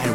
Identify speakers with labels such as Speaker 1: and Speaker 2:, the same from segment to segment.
Speaker 1: And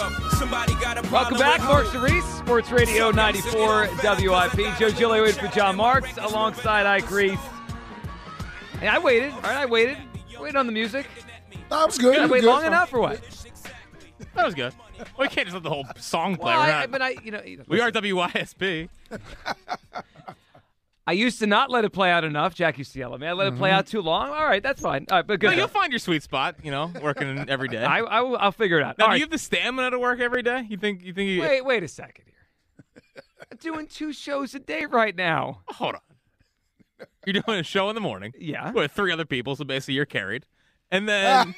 Speaker 2: Welcome back, Marks Reese, Sports Radio 94 WIP. Joe Gilio in for John Marks alongside Ike Reese. And I waited. All right, I waited. Waited on the music.
Speaker 3: That was good.
Speaker 2: Did I
Speaker 3: was
Speaker 2: wait
Speaker 3: good.
Speaker 2: long enough or what?
Speaker 4: That was good. We can't just let the whole song play.
Speaker 2: Well,
Speaker 4: We're
Speaker 2: I,
Speaker 4: not-
Speaker 2: but I, you know,
Speaker 4: we are WYSB.
Speaker 2: I used to not let it play out enough. Jack used to yell at me. I let it
Speaker 3: Mm-hmm.
Speaker 2: play out too long. All right, that's fine. All right, but good.
Speaker 4: No, you'll
Speaker 2: enough.
Speaker 4: find your sweet spot. You know, working every day.
Speaker 2: I, I, will- I'll figure it out.
Speaker 4: now,
Speaker 2: All
Speaker 4: do
Speaker 2: right.
Speaker 4: you have the stamina to work every day? You think? You think? You,
Speaker 2: Wait, wait a second here. I'm doing two shows a day right now.
Speaker 4: Hold on. You're doing a show in the morning
Speaker 2: Yeah,
Speaker 4: with three other people, so basically you're carried, and then,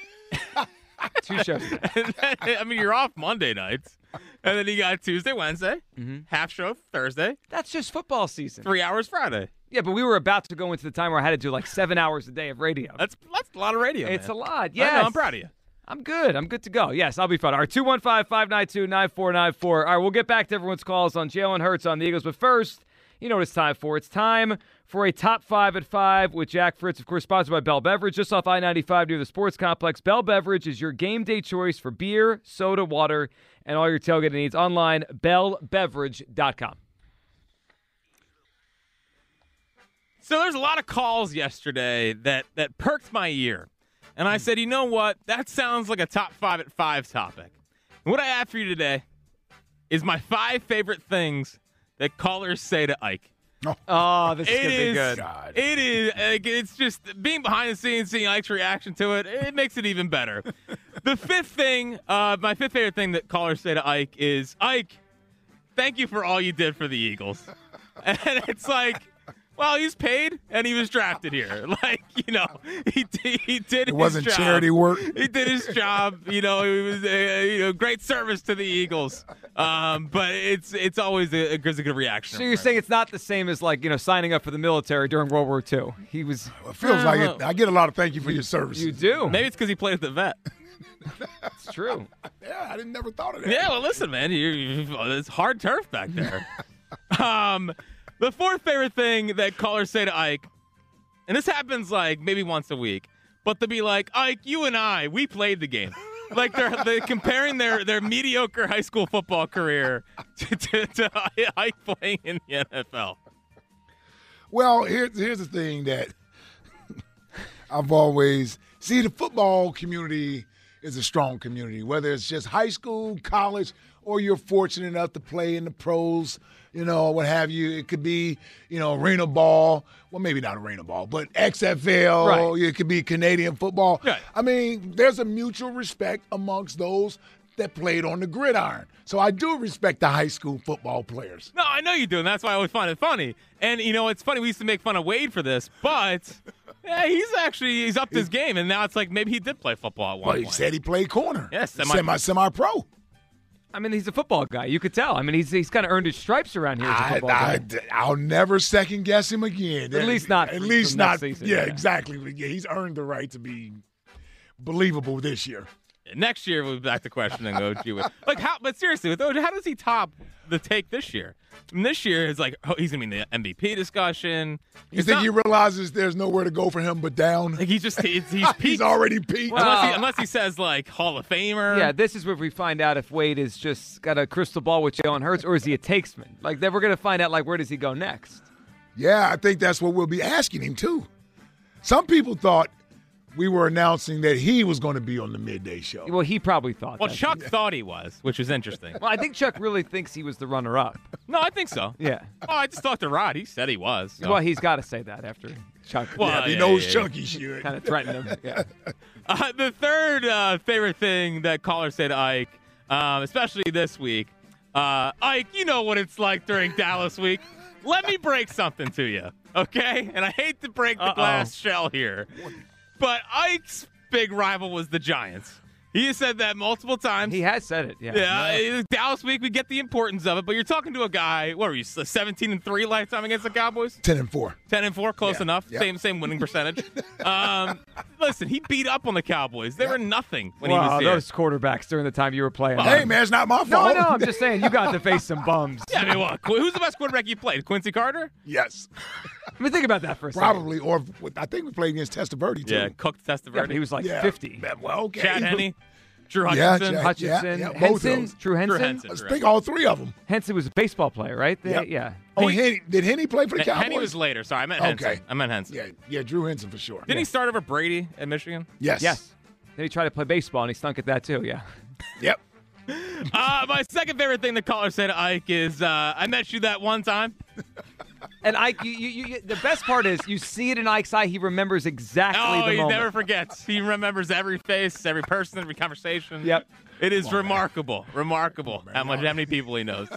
Speaker 2: Ah. two shows. A day.
Speaker 4: and then- I mean, you're off Monday nights, and then you got Tuesday, Wednesday, half show Thursday,
Speaker 2: Mm-hmm. That's just football season.
Speaker 4: three hours Friday.
Speaker 2: Yeah, but we were about to go into the time where I had to do like seven hours a day of radio.
Speaker 4: That's that's a lot of radio.
Speaker 2: It's a
Speaker 4: man.
Speaker 2: lot.
Speaker 4: I know,
Speaker 2: Yes.
Speaker 4: I'm proud of you.
Speaker 2: I'm good. I'm good to go. Yes, I'll be fine. All right, 215 592 9494. All right, we'll get back to everyone's calls on Jalen Hurts on the Eagles. But first, you know what it's time for? It's time for a top five at five with Jack Fritz, of course, sponsored by Bell Beverage, just off I 95 near the sports complex. Bell Beverage is your game day choice for beer, soda, water, and all your tailgating needs online, bellbeverage.com.
Speaker 4: So there's a lot of calls yesterday that that perked my ear, and I said, you know what? That sounds like a top five at five topic. And what I have for you today is my five favorite things that callers say to Ike.
Speaker 2: Oh, this is
Speaker 4: It
Speaker 2: going to be
Speaker 4: is,
Speaker 2: good.
Speaker 4: it is, like, it's just being behind the scenes, seeing Ike's reaction to it. It makes it even better. the fifth thing, uh, my fifth favorite thing that callers say to Ike is, Ike, thank you for all you did for the Eagles. And it's like, well, he's paid and he was drafted here. Like, you know, he did, he did
Speaker 3: It wasn't
Speaker 4: his job.
Speaker 3: charity work.
Speaker 4: He did his job. You know, he was uh, you know great service to the Eagles. Um, but it's it's always a, a gives a good reaction.
Speaker 2: So you're saying it's not the same as like, you know, signing up for the military during World War II. He was.
Speaker 3: It feels like it. I get a lot of thank you for your service.
Speaker 2: You do.
Speaker 4: maybe it's because he played at the vet.
Speaker 2: it's true.
Speaker 3: Yeah, I didn't never thought of that.
Speaker 4: Yeah, well, listen, man, you, you, it's hard turf back there. um, the fourth favorite thing that callers say to Ike, and this happens like maybe once a week, but to be like, Ike, you and I, we played the game. Like they're, they're comparing their, their mediocre high school football career to, to, to Ike playing in the NFL.
Speaker 3: Well, here's here's the thing that I've always see the football community is a strong community, whether it's just high school, college, or you're fortunate enough to play in the pros, you know, what have you. It could be, you know, arena ball. Well, maybe not arena ball, but XFL.
Speaker 2: Right.
Speaker 3: It could be Canadian football.
Speaker 4: Right.
Speaker 3: I mean, there's a mutual respect amongst those that played on the gridiron. So I do respect the high school football players.
Speaker 4: No, I know you do, and that's why I always find it funny. And you know, it's funny. We used to make fun of Wade for this, but yeah, he's actually he's upped his game, and now it's like maybe he did play football at one
Speaker 3: Well, he
Speaker 4: point.
Speaker 3: said he played corner.
Speaker 4: Yes, semi-
Speaker 3: semi semi pro.
Speaker 2: I mean, he's a football guy. You could tell. I mean, he's he's kind of earned his stripes around here as a
Speaker 3: I,
Speaker 2: football
Speaker 3: I,
Speaker 2: guy.
Speaker 3: I'll never second guess him again.
Speaker 2: At least not
Speaker 3: At
Speaker 2: from-
Speaker 3: least
Speaker 2: from
Speaker 3: not.
Speaker 2: next season,
Speaker 3: yeah,
Speaker 2: yeah.
Speaker 3: exactly. Yeah, he's earned the right to be believable this year.
Speaker 4: Next year we'll be back to questioning OG. With, like how? But seriously, with OG, how does he top the take this year? And this year is like oh, he's gonna be in the MVP discussion.
Speaker 3: You
Speaker 4: He's
Speaker 3: think
Speaker 4: not-
Speaker 3: he realizes there's nowhere to go for him but down?
Speaker 4: like, he's just he's, he's peaked.
Speaker 3: he's already peaked. Uh,
Speaker 4: unless, he, unless he says like Hall of Famer.
Speaker 2: Yeah, this is where we find out if Wade is just got a crystal ball with Jalen Hurts, or is he a takesman? Like, then we're gonna find out like where does he go next?
Speaker 3: Yeah, I think that's what we'll be asking him too. Some people thought we were announcing that he was going to be on the midday show.
Speaker 2: Well, he probably thought.
Speaker 4: Well,
Speaker 2: that.
Speaker 4: Chuck thought he was, which is interesting.
Speaker 2: Well, I think Chuck really thinks he was the runner-up.
Speaker 4: No, I think so.
Speaker 2: Yeah.
Speaker 4: Oh, I just talked to Rod. He said he was. so.
Speaker 2: Well, he's got to say that after Chuck
Speaker 4: Well,
Speaker 3: if he
Speaker 4: yeah,
Speaker 3: knows
Speaker 4: yeah, yeah.
Speaker 3: Chucky should.
Speaker 2: kind of threatened him. Yeah.
Speaker 4: Uh, the third uh, favorite thing that caller said, Ike, um, especially this week, uh, Ike, you know what it's like during Dallas week. Let me break something to you, okay? And I hate to break the
Speaker 2: Uh-oh.
Speaker 4: glass shell here, but Ike's big rival was the Giants. He has said that multiple times.
Speaker 2: He has said it. Yeah.
Speaker 4: yeah, uh, Dallas week, we get the importance of it, but you're talking to a guy, what were you, 17 and 3 lifetime against the Cowboys?
Speaker 3: Ten and four.
Speaker 4: Ten and four, close
Speaker 3: Yeah,
Speaker 4: enough.
Speaker 3: yeah.
Speaker 4: Same same winning percentage. um, listen, he beat up on the Cowboys. They were nothing when
Speaker 2: Wow,
Speaker 4: he was here.
Speaker 2: those quarterbacks during the time you were playing.
Speaker 3: Hey man, it's not my
Speaker 2: no,
Speaker 3: fault.
Speaker 2: no, I'm just saying you got to face some bums.
Speaker 4: Yeah, I mean, what? Who's the best quarterback you played? Quincy Carter?
Speaker 3: yes,
Speaker 2: I mean, think about that for a second.
Speaker 3: probably. Or with- I think we played against Testaverde too.
Speaker 4: Yeah, cooked
Speaker 2: Yeah, but
Speaker 4: Testaverde.
Speaker 2: he was like
Speaker 3: Yeah.
Speaker 2: 50.
Speaker 3: Yeah, Well, okay.
Speaker 4: Chad Henne, Drew
Speaker 3: Yeah,
Speaker 4: Hutchinson.
Speaker 3: Chad-
Speaker 4: Hutch-
Speaker 2: Hutchinson,
Speaker 3: yeah, both of
Speaker 2: Henson,
Speaker 3: those.
Speaker 2: Drew Henson.
Speaker 4: Drew Henson.
Speaker 3: Let's pick all three of them.
Speaker 2: Henson was a baseball player, right? They-
Speaker 3: Yep.
Speaker 2: Yeah.
Speaker 3: Oh,
Speaker 4: He-
Speaker 3: Henny, did Henny play for the Cowboys?
Speaker 4: Henny was later. Sorry, I meant
Speaker 3: Okay.
Speaker 4: Henson. I meant Henson.
Speaker 3: Yeah, yeah, Drew Henson for sure.
Speaker 4: Didn't he start over Brady at Michigan?
Speaker 3: Yes.
Speaker 2: Yes. Then he tried to play baseball and he stunk at that too. Yeah.
Speaker 3: Yep.
Speaker 4: Uh, my second favorite thing the caller said, Ike, is uh, I met you that one time.
Speaker 2: And Ike, you, you, you, the best part is you see it in Ike's eye. He remembers exactly
Speaker 4: Oh,
Speaker 2: the
Speaker 4: he
Speaker 2: moment.
Speaker 4: never forgets. He remembers every face, every person, every conversation.
Speaker 2: Yep.
Speaker 4: It is remarkable, remarkable how much how many people he knows.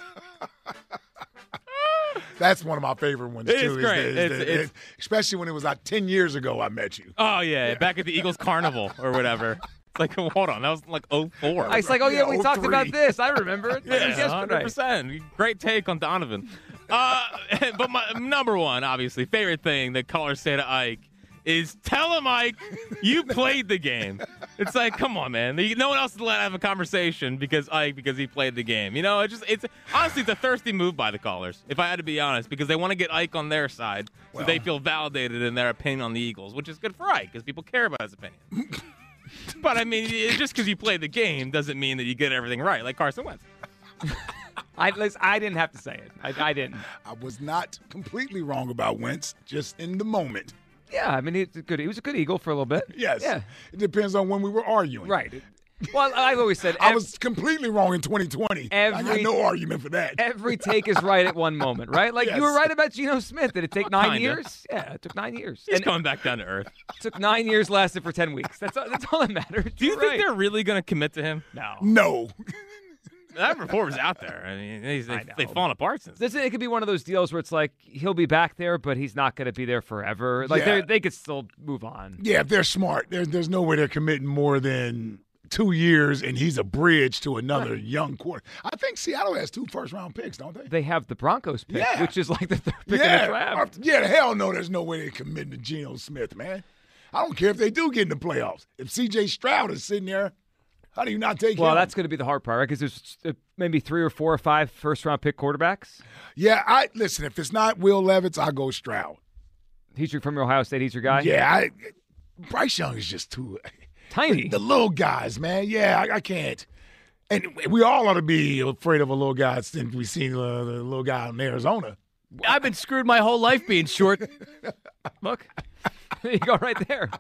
Speaker 3: That's one of my favorite ones
Speaker 4: It
Speaker 3: too.
Speaker 4: is great.
Speaker 3: the-
Speaker 4: It's-
Speaker 3: the-
Speaker 4: it's-
Speaker 3: especially when it was like ten years ago I met you.
Speaker 4: Oh yeah, back at the Eagles Carnival or whatever. It's like, hold on, that was like 04.
Speaker 2: Ike's like, oh yeah,
Speaker 3: Yeah,
Speaker 2: we
Speaker 3: oh,
Speaker 2: talked about
Speaker 3: three.
Speaker 2: this. I remember it. That was
Speaker 4: yeah,
Speaker 2: yesterday.
Speaker 4: 100%. Great take on Donovan. Uh, but my number one, obviously, favorite thing that caller said to Ike is tell him Ike you played the game. It's like, come on, man. No one else is allowed to have a conversation because Ike because he played the game. You know, it just it's honestly it's a thirsty move by the callers. If I had to be honest, because they want to get Ike on their side so they feel validated in their opinion on the Eagles, which is good for Ike because people care about his opinion. but I mean, it- just because you played the game doesn't mean that you get everything right, like Carson Wentz.
Speaker 2: I, listen, I didn't have to say it. I, I didn't.
Speaker 3: I was not completely wrong about Wentz, just in the moment.
Speaker 2: Yeah, I mean, he was a good. He was a good eagle for a little bit.
Speaker 3: Yes.
Speaker 2: Yeah.
Speaker 3: It depends on when we were arguing.
Speaker 2: Right. Well, I've always said
Speaker 3: I
Speaker 2: ev-
Speaker 3: was completely wrong in 2020. I got
Speaker 2: Every-
Speaker 3: no argument for that.
Speaker 2: every take is right at one moment, right? Like you were
Speaker 3: Yes.
Speaker 2: right about Geno Smith. Did it take nine
Speaker 4: Kinda.
Speaker 2: years? Yeah, it took nine years.
Speaker 4: He's
Speaker 2: and
Speaker 4: coming back down to earth.
Speaker 2: it took nine years, lasted for ten weeks. That's all, that's all that matters.
Speaker 4: Do you
Speaker 2: You're
Speaker 4: think
Speaker 2: right.
Speaker 4: they're really going to commit to him? No.
Speaker 3: no.
Speaker 4: That report was out there. I mean, he's, they,
Speaker 2: know.
Speaker 4: they've fallen apart since.
Speaker 2: This it could be one of those deals where it's like he'll be back there, but he's not going to be there forever. Like
Speaker 3: Yeah.
Speaker 2: they're they could still move on.
Speaker 3: Yeah, if they're smart, there, there's no way they're committing more than two years, and he's a bridge to another young quarter. I think Seattle has two first round picks, don't they?
Speaker 2: They have the Broncos pick,
Speaker 3: Yeah.
Speaker 2: which is like the third pick
Speaker 3: yeah.
Speaker 2: in the draft.
Speaker 3: Uh, Yeah, hell no, there's no way they're committing to Geno Smith, man. I don't care if they do get in the playoffs. If CJ Stroud is sitting there, how do you not take
Speaker 2: Well,
Speaker 3: him?
Speaker 2: that's going to be the hard part, right? Because there's uh, maybe three or four or five first round pick quarterbacks.
Speaker 3: Yeah, I listen, if it's not Will Levitz, I go Stroud.
Speaker 2: He's your, from your Ohio State. He's your guy.
Speaker 3: Yeah, I, Bryce Young is just too
Speaker 2: Tiny.
Speaker 3: the little guys, man. Yeah, I, I can't. And we all ought to be afraid of a little guy since we seen uh, the little guy in Arizona.
Speaker 4: I've been screwed my whole life being short.
Speaker 2: Look, there you go, right there.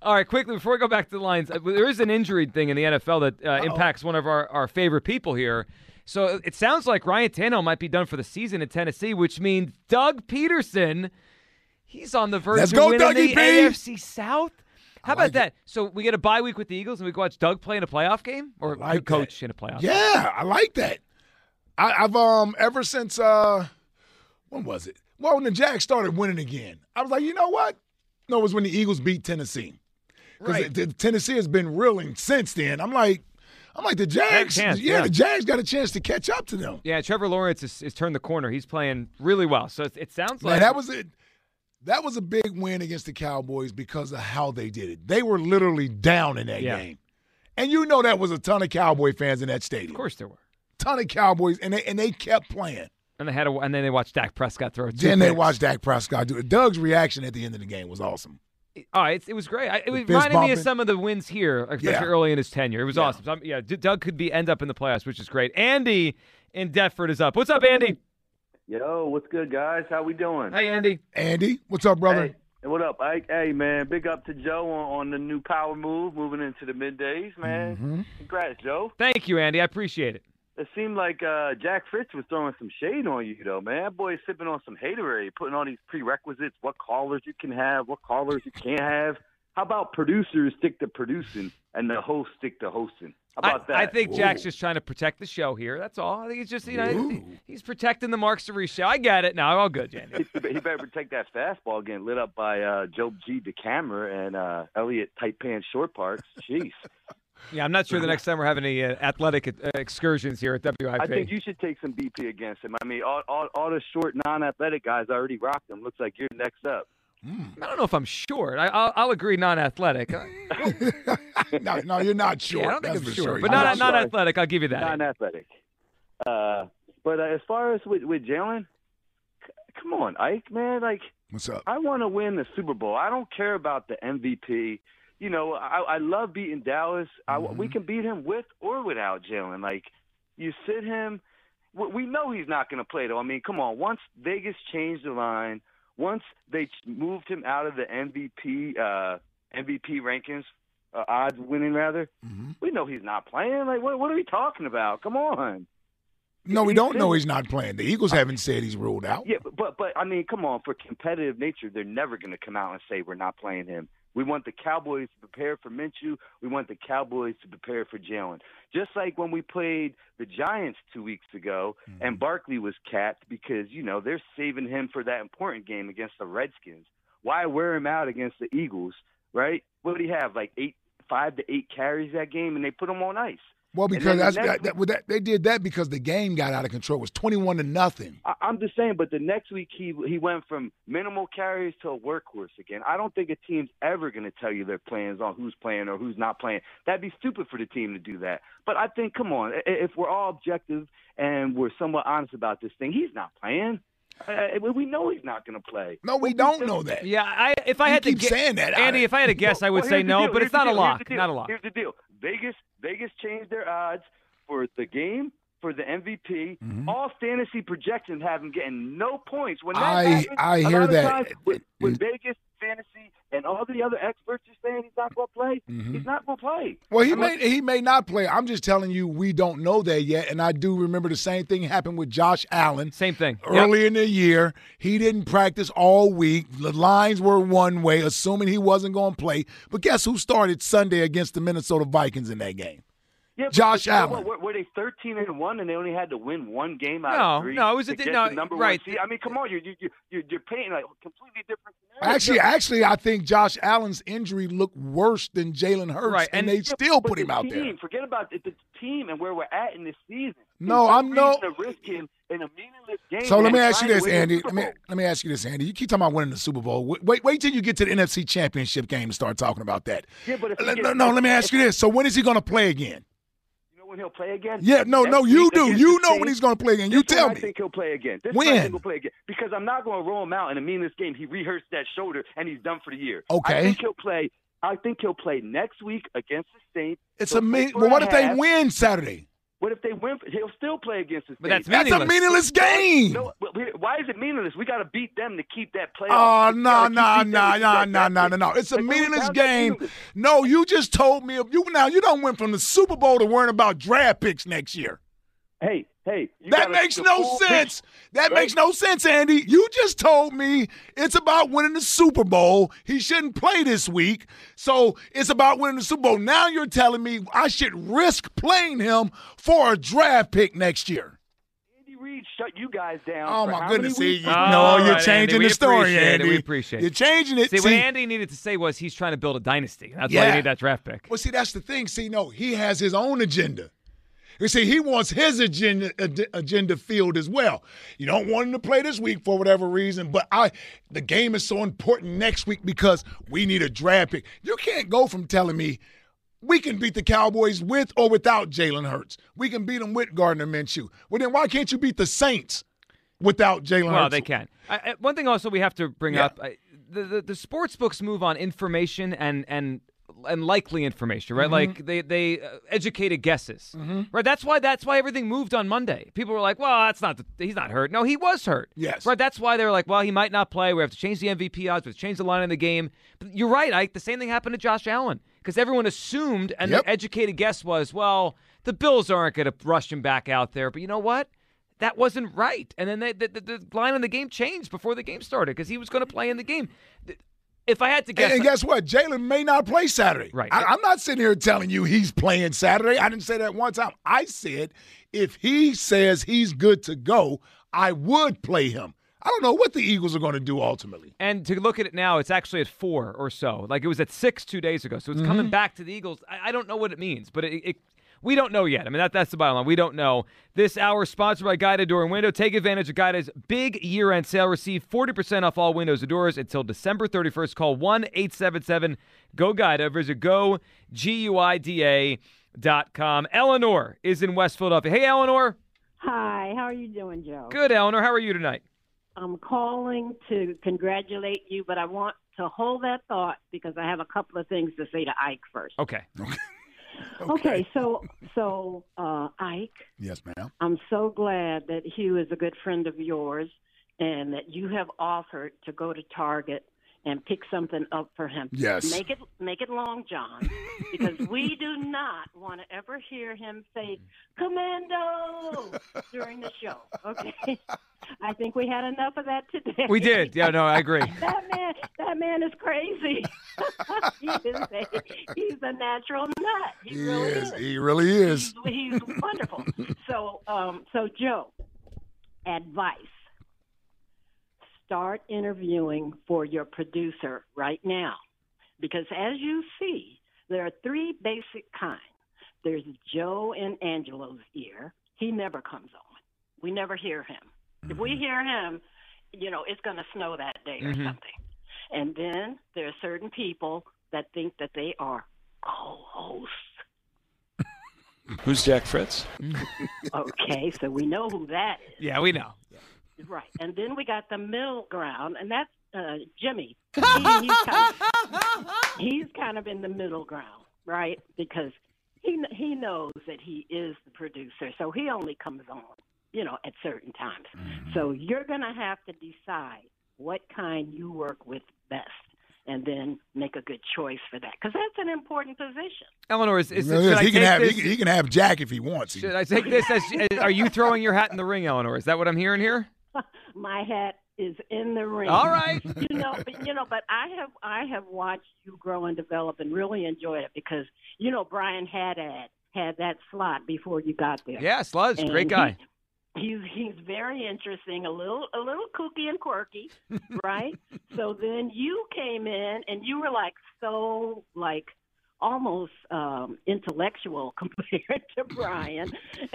Speaker 2: All right, quickly before we go back to the lines, uh, there is an injury thing in the NFL that uh, impacts one of our, our favorite people here. So uh, it sounds like Ryan Tannehill might be done for the season in Tennessee, which means Doug Peterson, he's on the verge
Speaker 3: Let's
Speaker 2: of
Speaker 3: go,
Speaker 2: winning
Speaker 3: Dougie
Speaker 2: the
Speaker 3: P.
Speaker 2: AFC South. How about
Speaker 3: like it.
Speaker 2: that? So we get a bye week with the Eagles, and we go watch Doug play in a playoff game or
Speaker 3: like
Speaker 2: the coach in a playoff. game.
Speaker 3: Yeah, I like that. I, I've um ever since uh when was it? Well, when the Jacks started winning again, I was like, you know what? No, it was when the Eagles beat Tennessee. Because
Speaker 2: Right.
Speaker 3: Tennessee has been reeling since then. I'm like, I'm like the Jags.
Speaker 2: chance,
Speaker 3: yeah,
Speaker 2: yeah.
Speaker 3: the Jags got a chance to catch up to them.
Speaker 2: Yeah, Trevor Lawrence has, has turned the corner. He's playing really well. So it, it sounds
Speaker 3: Man,
Speaker 2: like
Speaker 3: that was it. That was a big win against the Cowboys because of how they did it. They were literally down in that
Speaker 2: Yeah.
Speaker 3: game, and you know that was a ton of Cowboy fans in that stadium.
Speaker 2: of course there were.
Speaker 3: ton of Cowboys, and they and they kept playing.
Speaker 2: And they had a, and then they watched Dak Prescott throw. Two
Speaker 3: Then they
Speaker 2: picks.
Speaker 3: watched Dak Prescott do it. Doug's reaction at the end of the game was awesome.
Speaker 2: Oh, it's, it was great. I, it was
Speaker 3: fist
Speaker 2: reminded me of
Speaker 3: bumping.
Speaker 2: some of the wins here, especially
Speaker 3: Yeah.
Speaker 2: early in his tenure. It was awesome. So I'm- yeah, D- Doug could be end up in the playoffs, which is great. Andy in Deptford is up. What's up, Andy?
Speaker 5: Yo, what's good, guys? How we doing?
Speaker 2: Hey, Andy.
Speaker 3: Andy, what's up, brother?
Speaker 5: Hey, what up, Ike? Hey, man, big up to Joe on, on the new power move, moving into the middays, man.
Speaker 3: Mm-hmm.
Speaker 5: Congrats, Joe.
Speaker 2: Thank you, Andy. I appreciate it.
Speaker 5: It seemed like uh, Jack Fritz was throwing some shade on you, though, man. That boy's sipping on some haterade, putting all these prerequisites, what callers you can have, what callers you can't have. How about producers stick to producing and the host stick to hosting? How about that?
Speaker 2: I think Jack's just trying to protect the show here. That's all. I think he's just, you know, he- he's protecting the Mark Cerise show. I get it now. All good, Andy.
Speaker 5: he be- he better protect that fastball getting lit up by uh, Joe G. DeCamera and uh, Elliot Tight Pants Short Parts. Jeez.
Speaker 2: Yeah, I'm not sure the next time we're having any uh, athletic uh, excursions here at WIP.
Speaker 5: I think you should take some BP against him. I mean, all, all, all the short, non athletic guys already rocked him. Looks like you're next up.
Speaker 2: I don't know if I'm short. I, I'll, I'll agree, non-athletic. I-
Speaker 3: no, no, you're not short.
Speaker 2: Yeah, I don't think
Speaker 3: That's
Speaker 2: I'm
Speaker 3: for
Speaker 2: short,
Speaker 3: sure.
Speaker 2: but
Speaker 5: I'm
Speaker 2: not
Speaker 5: not
Speaker 2: not
Speaker 5: short.
Speaker 2: athletic. I'll give you that.
Speaker 5: Non athletic. Uh, but uh, as far as with, with Jalen, c- come on, Ike, man. Like,
Speaker 3: What's up?
Speaker 5: I want to win the Super Bowl. I don't care about the MVP. You know, I, I love beating Dallas. I,
Speaker 2: Mm-hmm.
Speaker 5: We can beat him with or without Jalen. Like, you sit him. We we know he's not going to play, though. I mean, come on. Once Vegas changed the line, once they ch- moved him out of the MVP uh, MVP rankings, uh, odds winning rather, we know he's not playing. Like, what, what are we talking about? Come on.
Speaker 3: No, we don't know he's not playing. The Eagles haven't said he's ruled out.
Speaker 5: Yeah, but- but but I mean, come on. For competitive nature, they're never going to come out and say we're not playing him. We want the Cowboys to prepare for Minshew. We want the Cowboys to prepare for Jalen. Just like when we played the Giants two weeks ago,
Speaker 3: Mm-hmm.
Speaker 5: and Barkley was capped because you know they're saving him for that important game against the Redskins. Why wear him out against the Eagles, right? What did he have? Like eight, five to eight carries that game, and they put him on ice.
Speaker 3: Well,
Speaker 5: And
Speaker 3: because
Speaker 5: then the
Speaker 3: that's,
Speaker 5: next
Speaker 3: that, that, well, that, they did that because the game got out of control. It was twenty-one to nothing.
Speaker 5: I, I'm just saying, but the next week he he went from minimal carries to a workhorse again. I don't think a team's ever going to tell you their plans on who's playing or who's not playing. That'd be stupid for the team to do that. But I think, come on, i- if we're all objective and we're somewhat honest about this thing, he's not playing. Uh, we- we know he's not going to play.
Speaker 3: No, we don't know that.
Speaker 2: Yeah, I, if I
Speaker 3: You
Speaker 2: had to
Speaker 3: keep
Speaker 2: guess,
Speaker 3: saying that.
Speaker 2: Andy,
Speaker 3: I-
Speaker 2: if I had to guess, I would
Speaker 5: Well,
Speaker 2: say
Speaker 5: here's the
Speaker 2: no,
Speaker 5: deal,
Speaker 2: but
Speaker 5: here's
Speaker 2: it's
Speaker 5: the
Speaker 2: not a
Speaker 5: deal, here's the
Speaker 2: lock.
Speaker 5: deal,
Speaker 2: Not a lock.
Speaker 5: Here's the deal. Vegas Vegas changed their odds for the game, for the MVP.
Speaker 3: Mm-hmm.
Speaker 5: All fantasy projections have them getting no points. When that
Speaker 3: I-
Speaker 5: happens,
Speaker 3: I
Speaker 5: a
Speaker 3: hear
Speaker 5: lot of
Speaker 3: that.
Speaker 5: times with, with Vegas fantasy and all the other experts are saying he's not going to play. He's not going to play.
Speaker 3: Mm-hmm. Well, he may he may not play. I'm just telling you, we don't know that yet. And I do remember the same thing happened with Josh Allen
Speaker 2: Same thing. Yep.
Speaker 3: early in the year. He didn't practice all week. The lines were one way, assuming he wasn't going to play. But guess who started Sunday against the Minnesota Vikings in that game?
Speaker 5: Yeah, but-
Speaker 3: Josh
Speaker 5: but you know what,
Speaker 3: Allen.
Speaker 5: Were, were they thirteen and one, and they only had to win one game out
Speaker 2: No,
Speaker 5: of three?
Speaker 2: no, it was a
Speaker 5: to
Speaker 2: di-
Speaker 5: get
Speaker 2: no,
Speaker 5: the number
Speaker 2: right.
Speaker 5: One seed? I mean, come on, you're you you- you're, you're painting like a completely different. Scenario.
Speaker 3: Actually, actually, I think Josh Allen's injury looked worse than Jalen Hurts,
Speaker 2: Right, and-
Speaker 3: and, they still
Speaker 5: But
Speaker 3: put
Speaker 5: the
Speaker 3: him out
Speaker 5: team,
Speaker 3: there.
Speaker 5: Forget about the, the team and where we're at in this season.
Speaker 3: No,
Speaker 5: There's
Speaker 3: I'm no-
Speaker 5: reason to risk him in a meaningless game.
Speaker 3: So let me
Speaker 5: that's
Speaker 3: ask
Speaker 5: trying
Speaker 3: you this,
Speaker 5: to win the
Speaker 3: Andy.
Speaker 5: Super
Speaker 3: Let me,
Speaker 5: Bowl.
Speaker 3: let me ask you this, Andy. You keep talking about winning the Super Bowl. Wait- Wait, wait till you get to the NFC Championship game to start talking about that.
Speaker 5: Yeah, but if he
Speaker 3: Let-
Speaker 5: gets-
Speaker 3: no, no, let me ask you this. So when is he going to play again?
Speaker 5: You know when he'll play again?
Speaker 3: Yeah, no,
Speaker 5: Next
Speaker 3: no, you
Speaker 5: week
Speaker 3: do.
Speaker 5: against
Speaker 3: You
Speaker 5: the
Speaker 3: know
Speaker 5: team.
Speaker 3: when he's going to play again.
Speaker 5: This
Speaker 3: You tell
Speaker 5: one I
Speaker 3: me.
Speaker 5: think he'll play again. This
Speaker 3: When?
Speaker 5: One I think he'll play again because I'm not going to roll him out in a meaningless game. He rehearsed that shoulder and he's done for the year.
Speaker 3: Okay.
Speaker 5: I think he'll play. I think he'll play next week against the Saints.
Speaker 3: It's
Speaker 5: He'll
Speaker 3: a
Speaker 5: play
Speaker 3: mean.
Speaker 5: for
Speaker 3: Well, what
Speaker 5: a
Speaker 3: if they
Speaker 5: half.
Speaker 3: win Saturday?
Speaker 5: What if they win? He'll still play against the
Speaker 2: But
Speaker 5: Saints.
Speaker 2: that's meaningless.
Speaker 3: That's a meaningless game.
Speaker 5: No, but we- why is it meaningless? We got to beat them to keep that playoff.
Speaker 3: Oh
Speaker 5: We
Speaker 3: no
Speaker 5: gotta
Speaker 3: no
Speaker 5: keep beating them
Speaker 3: no
Speaker 5: to
Speaker 3: no
Speaker 5: keep
Speaker 3: no
Speaker 5: that
Speaker 3: no
Speaker 5: championship.
Speaker 3: no no! It's a
Speaker 5: Like, what was
Speaker 3: meaningless
Speaker 5: that
Speaker 3: game.
Speaker 5: meaningless?
Speaker 3: No, you just told me you now you don't win from the Super Bowl to worrying about draft picks next year.
Speaker 5: Hey, hey, you
Speaker 3: That
Speaker 5: gotta
Speaker 3: makes
Speaker 5: see the
Speaker 3: no
Speaker 5: full
Speaker 3: sense. That
Speaker 5: right?
Speaker 3: makes no sense, Andy. You just told me it's about winning the Super Bowl. He shouldn't play this week. So it's about winning the Super Bowl. Now you're telling me I should risk playing him for a draft pick next
Speaker 5: picture.
Speaker 3: year.
Speaker 5: Andy Reid shut you guys down.
Speaker 3: Oh
Speaker 5: for
Speaker 3: my
Speaker 5: how
Speaker 3: goodness. See,
Speaker 5: many
Speaker 3: you,
Speaker 5: weeks?
Speaker 3: no,
Speaker 2: All
Speaker 3: you're
Speaker 2: right, Oh,
Speaker 3: changing
Speaker 2: Andy, we
Speaker 3: the story,
Speaker 2: appreciate it.
Speaker 3: Andy.
Speaker 2: We appreciate it.
Speaker 3: You're changing it.
Speaker 2: See, what Andy needed to say was he's trying to build a dynasty. That's why
Speaker 3: Yeah.
Speaker 2: he made that draft pick.
Speaker 3: Well, see, that's the thing. See, no, he has his own agenda. You see, he wants his agenda ad- agenda field as well. You don't want him to play this week for whatever reason, but I the game is so important next week because we need a draft pick. You can't go from telling me we can beat the Cowboys with or without Jalen Hurts. We can beat them with Gardner Minshew. Well, then why can't you beat the Saints without Jalen Hurts?
Speaker 2: Well, they can. I, I, one thing also we have to bring
Speaker 3: Yeah.
Speaker 2: up: I, the, the the sports books move on information and and and likely information, right?
Speaker 6: Mhm.
Speaker 3: Mm-hmm.
Speaker 2: Like they they uh, educated guesses, right? That's why that's why everything moved on Monday. People were like, "Well, that's not the, he's not hurt." No, he was hurt. Yes, right. That's why they were like, "Well, he might not play. We have to change the MVP odds. We have to change the line of the game." But you're right, Ike. The same thing happened to Josh Allen because everyone assumed and their educated guess was, "Well, the Bills aren't going to rush him back out there." But you know what? that wasn't right. And then they, the, the, the line on the game changed before the game started because he was going to play in the game. Th- If I had to guess,
Speaker 3: And, and guess what? Jalen may not play Saturday.
Speaker 2: Right.
Speaker 3: I, I'm not sitting here telling you he's playing Saturday. I didn't say that one time. I said if he says he's good to go, I would play him. I don't know what the Eagles are going to do ultimately.
Speaker 2: and to look at it now, it's actually at four or so. Like it was at six two days ago, so it's
Speaker 3: Mhm.
Speaker 2: coming back to the Eagles. I, I don't know what it means, but it. it we don't know yet. I mean, that, that's the bottom line. We don't know. This hour is sponsored by Guided Door and Window. Take advantage of Guided's big year end sale. Receive 40% off all windows and doors until December 31st. Call 1 877 GO GUIDA. Visit go, G U I D A dot com. Eleanor is in West Philadelphia. Hey, Eleanor.
Speaker 7: Hi, how are you doing, Joe?
Speaker 2: Good, Eleanor. How are you tonight?
Speaker 7: I'm calling to congratulate you, but I want to hold that thought because I have a couple of things to say to Ike first.
Speaker 2: Okay.
Speaker 7: Okay, so so uh, Ike,
Speaker 3: Yes, ma'am.
Speaker 7: I'm so glad that Hugh is a good friend of yours and that you have offered to go to Target and pick something up for him.
Speaker 8: Yes.
Speaker 7: Make it make it long, John, because we do not want to ever hear him say commando during the show. Okay. I think we had enough of that today.
Speaker 2: We did. Yeah, no, I agree.
Speaker 7: That man, that man is crazy. he is a, he's a natural nut. He,
Speaker 3: He
Speaker 7: really
Speaker 3: is. He really is.
Speaker 7: He's, he's wonderful. So, um, so Joe, advice: start interviewing for your producer right now, because as you see, there are three basic kinds. There's Joe and Angelo's ear. He never comes on. We never hear him. If we hear him, you know, it's going to snow that day or
Speaker 8: Mhm.
Speaker 7: something. And then there are certain people that think that they are co-hosts.
Speaker 9: Who's Jack Fritz?
Speaker 7: okay, so we know who that
Speaker 2: Yeah, we know.
Speaker 7: is, right? And then we got the middle ground, and that's uh, Jimmy. He, he's, kind of, he's kind of in the middle ground, right? Because he kn- he knows that he is the producer, so he only comes on, you know, at certain times. So you're going to have to decide what kind you work with best, and then make a good choice for that, because that's an important position.
Speaker 2: Eleanor is. is
Speaker 3: Really
Speaker 2: should
Speaker 3: is.
Speaker 2: I
Speaker 3: he can
Speaker 2: take
Speaker 3: have
Speaker 2: this-
Speaker 3: he, can- he can have Jack if he wants. He-
Speaker 2: Should I take this as? Are you throwing your hat in the ring, Eleanor? Is that what I'm hearing here?
Speaker 7: my hat is in the ring.
Speaker 2: All right.
Speaker 7: you know, but you know, but I have I have watched you grow and develop and really enjoy it because you know Brian Haddad had that slot before you got there.
Speaker 2: Yeah, Sludge,
Speaker 7: And
Speaker 2: great guy.
Speaker 7: He, he's he's very interesting, a little a little kooky and quirky, right? so then you came in and you were like so like almost um, intellectual compared to Brian.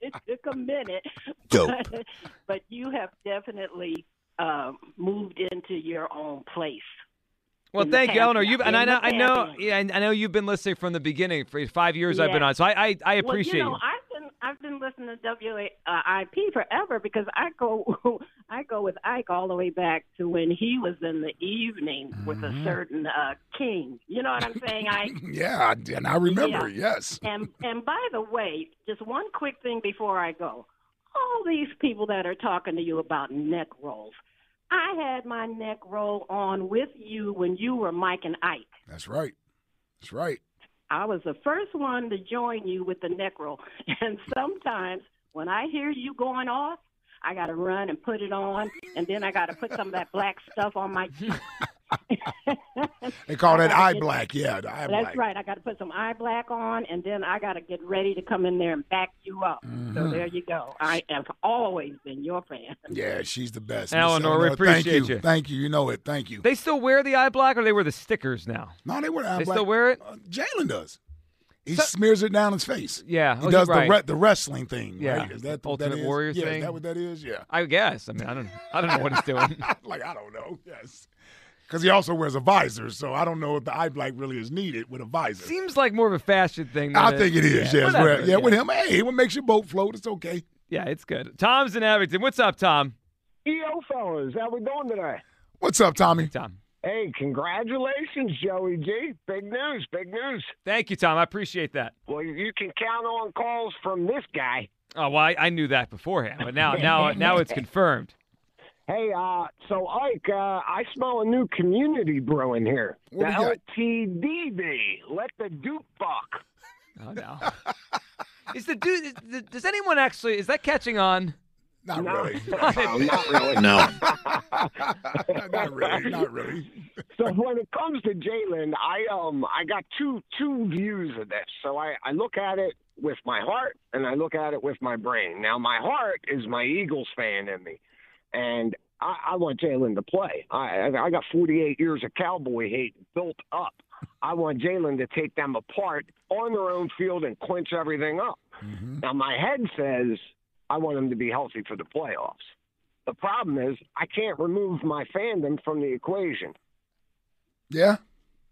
Speaker 7: it took a minute,
Speaker 8: Dope.
Speaker 7: But, but you have definitely um, moved into your own place.
Speaker 2: Well,
Speaker 7: in the
Speaker 2: thank you,
Speaker 7: past
Speaker 2: Eleanor.
Speaker 7: now,
Speaker 2: You and
Speaker 7: in
Speaker 2: I know,
Speaker 7: the
Speaker 2: I know,
Speaker 7: past
Speaker 2: yeah, and I know you've been listening from the beginning for five years. I've been
Speaker 7: Yeah.
Speaker 2: on, so I, I, I appreciate.
Speaker 7: Well, you know, I've been I've been listening to WIP forever because I go I go with Ike all the way back to when he was in the evening with
Speaker 3: Mm-hmm.
Speaker 7: a certain uh, king. You know what I'm saying? Ike?
Speaker 3: yeah, I- and I remember.
Speaker 7: Yeah.
Speaker 3: Yes.
Speaker 7: And and by the way, just one quick thing before I go. All these people that are talking to you about neck rolls. I had my neck roll on with you when you were Mike and Ike.
Speaker 3: That's right. That's right.
Speaker 7: I was the first one to join you with the neck roll. And sometimes when I hear you going off, I got to run and put it on, and then I got to put some of that black stuff on my
Speaker 3: They call that
Speaker 7: I
Speaker 3: eye
Speaker 7: get-
Speaker 3: black. Yeah, the eye
Speaker 7: That's
Speaker 3: black.
Speaker 7: right. I got to put some eye black on, and then I got to get ready to come in there and back you up. So
Speaker 3: Mhm.
Speaker 7: there you go. I have always been your fan.
Speaker 3: Yeah, she's the best. Miss
Speaker 2: Eleanor, we
Speaker 3: thank
Speaker 2: appreciate you.
Speaker 3: Thank you. You know it. Thank you.
Speaker 2: They still wear the eye black, or they wear the stickers now.
Speaker 3: No, they wear eye
Speaker 2: They
Speaker 3: black. Uh,
Speaker 2: still wear it.
Speaker 3: Jalen does. He smears it down his face.
Speaker 2: Yeah,
Speaker 3: he
Speaker 2: oh,
Speaker 3: does
Speaker 2: right.
Speaker 3: the, re- the wrestling thing.
Speaker 2: Yeah,
Speaker 3: right? is that what
Speaker 2: Ultimate
Speaker 3: that is?
Speaker 2: Warrior
Speaker 3: yeah,
Speaker 2: thing.
Speaker 3: Is that what that is? Yeah,
Speaker 2: I guess. I mean, I don't, I don't know what he's doing.
Speaker 3: like I don't know. Yes, because he also wears a visor, so I don't know if the eye black really is needed with a visor.
Speaker 2: Seems like more of a fashion thing. Than
Speaker 3: I
Speaker 2: a-
Speaker 3: think it is.
Speaker 2: Yeah,
Speaker 3: yes,
Speaker 2: whatever,
Speaker 3: well, yeah, with him, hey, what makes your boat float? It's okay.
Speaker 2: Yeah, it's good. Tom's in Abington. What's up, Tom?
Speaker 10: Yo, fellas, how we going today?
Speaker 3: What's up, Tommy?
Speaker 2: Tom.
Speaker 6: Hey, congratulations, Joey G. Big news, big news.
Speaker 2: Thank you, Tom. I appreciate that.
Speaker 6: Well, you can count on calls from this guy.
Speaker 2: Oh well, I, I knew that beforehand, but now now now it's confirmed.
Speaker 6: Hey, uh, so Ike, uh, I smell a new community brewing here. The
Speaker 2: What we got?
Speaker 6: LTDB, let the Duke buck.
Speaker 2: Oh no. Is the dude? Is the, does anyone actually? Is that catching on?
Speaker 3: Not
Speaker 6: really. No, not really.
Speaker 2: No.
Speaker 3: Oh. not really, not really.
Speaker 6: so when it comes to Jalen, I um I got two two views of this. So I, I look at it with my heart and I look at it with my brain. Now my heart is my Eagles fan in me, and I, I want Jalen to play. I I got 48 years of Cowboy hate built up. I want Jalen to take them apart on their own field and clinch everything up. Now my head says I want him to be healthy for the playoffs. The problem is I can't remove my fandom from the equation.
Speaker 3: Yeah,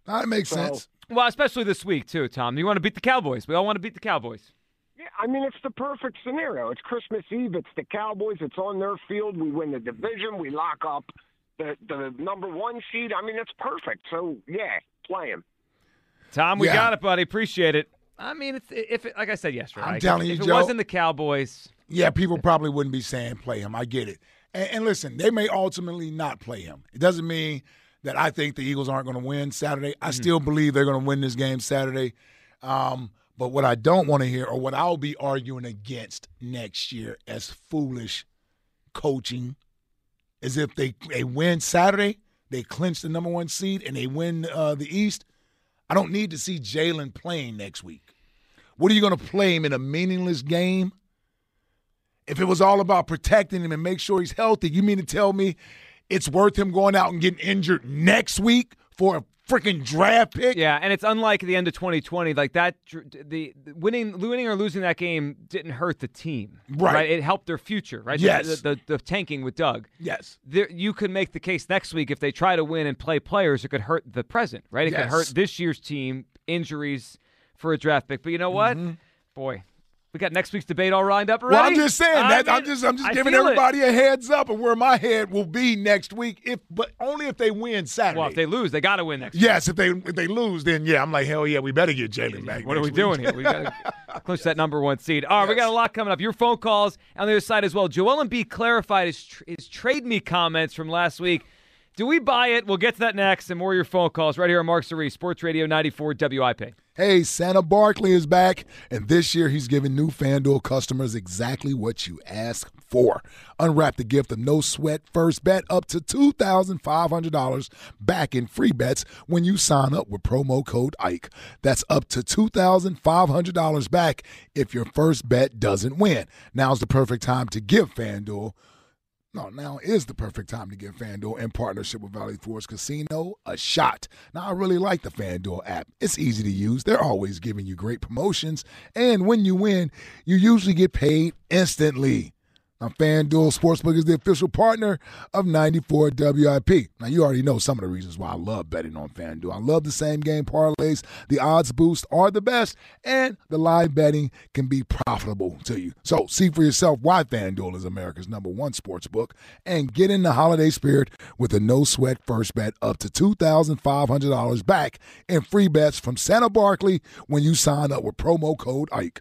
Speaker 3: that makes sense.
Speaker 2: Well, especially this week too, Tom. You want to beat the Cowboys. We all want to beat the Cowboys.
Speaker 6: Yeah, I mean, it's the perfect scenario. It's Christmas Eve. It's the Cowboys. It's on their field. We win the division. We lock up the the number one seed. I mean, it's perfect. So yeah, play him.
Speaker 2: Tom, we
Speaker 6: Yeah.
Speaker 2: got it, buddy. Appreciate it. I mean, it's, if it, like I said yesterday,
Speaker 3: I'm
Speaker 2: Ike,
Speaker 3: telling you,
Speaker 2: if it
Speaker 3: Joe.
Speaker 2: wasn't the Cowboys,
Speaker 3: Yeah, people probably wouldn't be saying play him. I get it. And, and listen, they may ultimately not play him. It doesn't mean that I think the Eagles aren't going to win Saturday. I
Speaker 8: Mhm.
Speaker 3: still believe they're going to win this game Saturday. Um, but what I don't want to hear, or what I'll be arguing against next year as foolish coaching, is if they, they win Saturday, they clinch the number one seed, and they win uh, the East. I don't need to see Jalen playing next week. What are you going to play him in a meaningless game? If it was all about protecting him and make sure he's healthy, you mean to tell me it's worth him going out and getting injured next week for a freaking draft pick?
Speaker 2: yeah. And it's unlike the end of 2020. Like that, dr- the the winning, winning or losing that game didn't hurt the team,
Speaker 3: Right.
Speaker 2: It helped their future, right? The-
Speaker 3: Yes.
Speaker 2: The, the, the tanking with Doug.
Speaker 3: Yes.
Speaker 2: There, you could make the case next week if they try to win and play players, it could hurt the present, right? It could
Speaker 3: Yes.
Speaker 2: hurt this year's team, injuries for a draft pick. But you know what, boy. We got next week's debate all lined up already.
Speaker 3: Mm-hmm. Well, I'm just saying
Speaker 2: I
Speaker 3: that. I'm
Speaker 2: mean,
Speaker 3: just I'm just
Speaker 2: I
Speaker 3: giving
Speaker 2: feel it.
Speaker 3: everybody a heads up of where my head will be next week. If but only if they win Saturday.
Speaker 2: Well, if they lose, they got to win next.
Speaker 3: yes, if they if they lose, then yeah, I'm like hell yeah, we better get Jalen back.
Speaker 2: What are we
Speaker 3: next week.
Speaker 2: doing here? We got to clinch that number one seed. All right, we got a lot coming up. Your phone calls on the other side as well. Joel and B clarified his, tr- his trade me comments from last week. Do we buy it? We'll get to that next and more of your phone calls right here on Mark Cerise, Sports Radio 94 WIP.
Speaker 3: Hey, Santa Barkley is back, and this year he's giving new FanDuel customers exactly what you ask for. Unwrap the gift of no sweat first bet up to $2,500 back in free bets when you sign up with promo code IKE. That's up to $2,500 back if your first bet doesn't win. Now's the perfect time to give FanDuel. No, now is the perfect time to give FanDuel in partnership with Valley Forge Casino a shot. Now, I really like the FanDuel app. It's easy to use. They're always giving you great promotions. And when you win, you usually get paid instantly. Now, FanDuel Sportsbook is the official partner of 94 WIP. Now, you already know some of the reasons why I love betting on FanDuel. I love the same game parlays, the odds boosts are the best, and the live betting can be profitable to you. So, see for yourself why FanDuel is America's number one sportsbook and get in the holiday spirit with a no sweat first bet up to $2,500 back in free bets from Santa Barkley when you sign up with promo code IKE.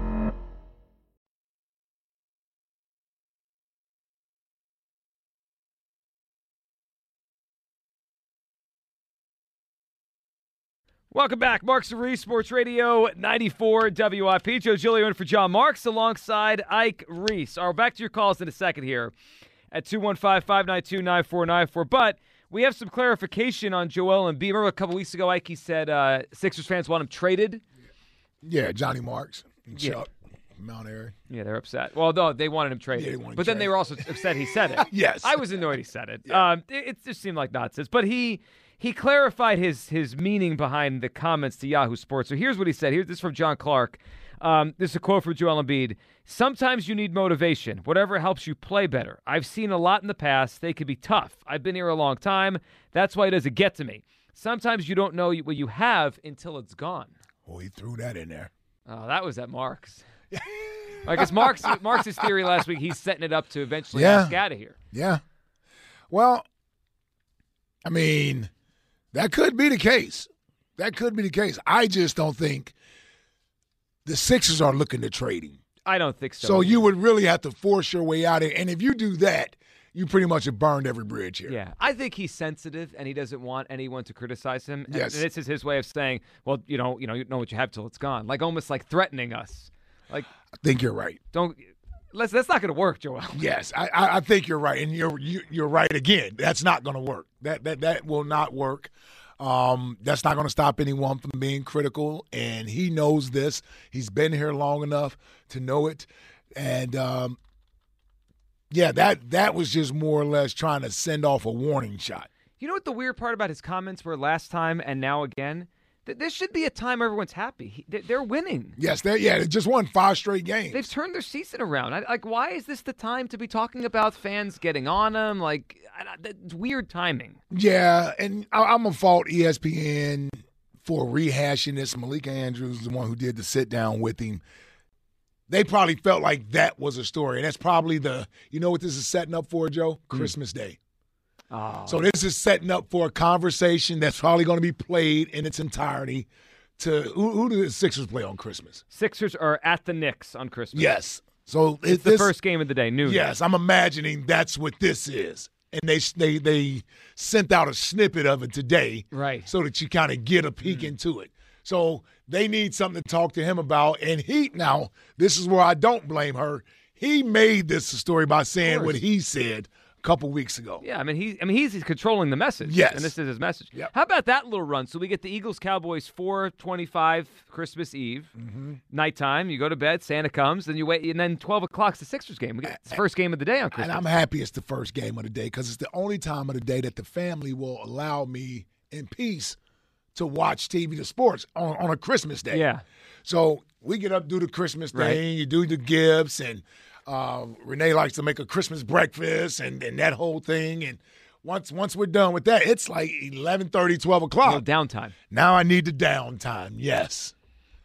Speaker 2: Welcome back. Mark Cerise, Sports Radio 94 WIP. Joe Gilio in for John Marks alongside Ike Reese. All right, back to your calls in a second here at 215 592 9494. But we have some clarification on Joel and B. Remember a couple weeks ago, Ike he said uh, Sixers fans want him traded?
Speaker 3: Yeah, Johnny Marks and
Speaker 2: Yeah.
Speaker 3: Chuck Mount Airy.
Speaker 2: Yeah, they're upset. Well, no, they wanted him traded.
Speaker 3: they wanted
Speaker 2: but then they were also upset he said it.
Speaker 3: Yes.
Speaker 2: I was annoyed he said it. Um, it, it just seemed like nonsense. But he he clarified his his meaning behind the comments to Yahoo Sports. So here's what he said. Here's this is from John Clark. Um, this is a quote from Joel Embiid. Sometimes you need motivation, whatever helps you play better. I've seen a lot in the past. They could be tough. I've been here a long time. That's why it doesn't get to me. Sometimes you don't know what you have until it's gone.
Speaker 3: Well, he threw that in there.
Speaker 2: Oh, that was at Mark's. I guess Mark's Marx's theory last week. He's setting it up to eventually
Speaker 3: Yeah.
Speaker 2: ask out of here.
Speaker 3: Yeah. Well, I mean, that could be the case. That could be the case. I just don't think the Sixers are looking to trade him.
Speaker 2: I don't think so.
Speaker 3: So you would really have to force your way out of it. And if you do that, you pretty much have burned every bridge here.
Speaker 2: Yeah, I think he's sensitive and he doesn't want anyone to criticize him. And
Speaker 3: Yes.
Speaker 2: this is his way of saying, well, you know, you know, you know what you have till it's gone. Like almost like threatening us. Like
Speaker 3: I think you're right.
Speaker 2: don't. Let's. That's not going to work, Joel.
Speaker 3: Yes, I, I, I think you're right, and you're you, you're right again. That's not going to work. That that that will not work. Um, that's not going to stop anyone from being critical, and he knows this. He's been here long enough to know it, and um, yeah, that that was just more or less trying to send off a warning shot.
Speaker 2: You know what the weird part about his comments were last time and now again? Th- this should be a time everyone's happy. He, they- they're winning.
Speaker 3: Yes, they yeah, they just won five straight games.
Speaker 2: They've turned their season around. I, like, why is this the time to be talking about fans getting on them? Like, I, I- that's weird timing.
Speaker 3: Yeah, and I, I'm gonna fault E ESPN for rehashing this. Malika Andrews, the one who did the sit down with him, they probably felt like that was a story, and that's probably the you know what this is setting up for, Joe? Christmas Day.
Speaker 2: Hmm. Oh.
Speaker 3: So this is setting up for a conversation that's probably going to be played in its entirety. To who, who do the Sixers play on Christmas?
Speaker 2: Sixers are at the Knicks on Christmas.
Speaker 3: Yes. So
Speaker 2: it's
Speaker 3: it-
Speaker 2: the
Speaker 3: this-
Speaker 2: first game of the day, noon.
Speaker 3: Yes, I'm imagining that's what this is. And they they they sent out a snippet of it today,
Speaker 2: right?
Speaker 3: So that you kind of get a peek into it. So they need something to talk to him about. And he now this is where I don't blame her. He made this a story by saying what he said a couple weeks ago.
Speaker 2: Yeah, I mean he, I mean he's, he's controlling the message.
Speaker 3: Yes.
Speaker 2: and this is his message. How about that little run? So we get the Eagles Cowboys four twenty five Christmas Eve
Speaker 3: Mm-hmm.
Speaker 2: nighttime. You go to bed, Santa comes, then you wait, and then twelve o'clock's the Sixers game. We get
Speaker 3: Uh,
Speaker 2: it's the first game of the day on Christmas.
Speaker 3: And I'm happy it's the first game of the day because it's the only time of the day that the family will allow me in peace to watch TV, the sports on, on a Christmas day.
Speaker 2: Yeah.
Speaker 3: So we get up, do the Christmas thing,
Speaker 2: Right.
Speaker 3: you do the gifts, and uh, Renee likes to make a Christmas breakfast and, and that whole thing. And once once we're done with that, it's like 11.30, 12 o'clock.
Speaker 2: downtime.
Speaker 3: Now I need the downtime, yes.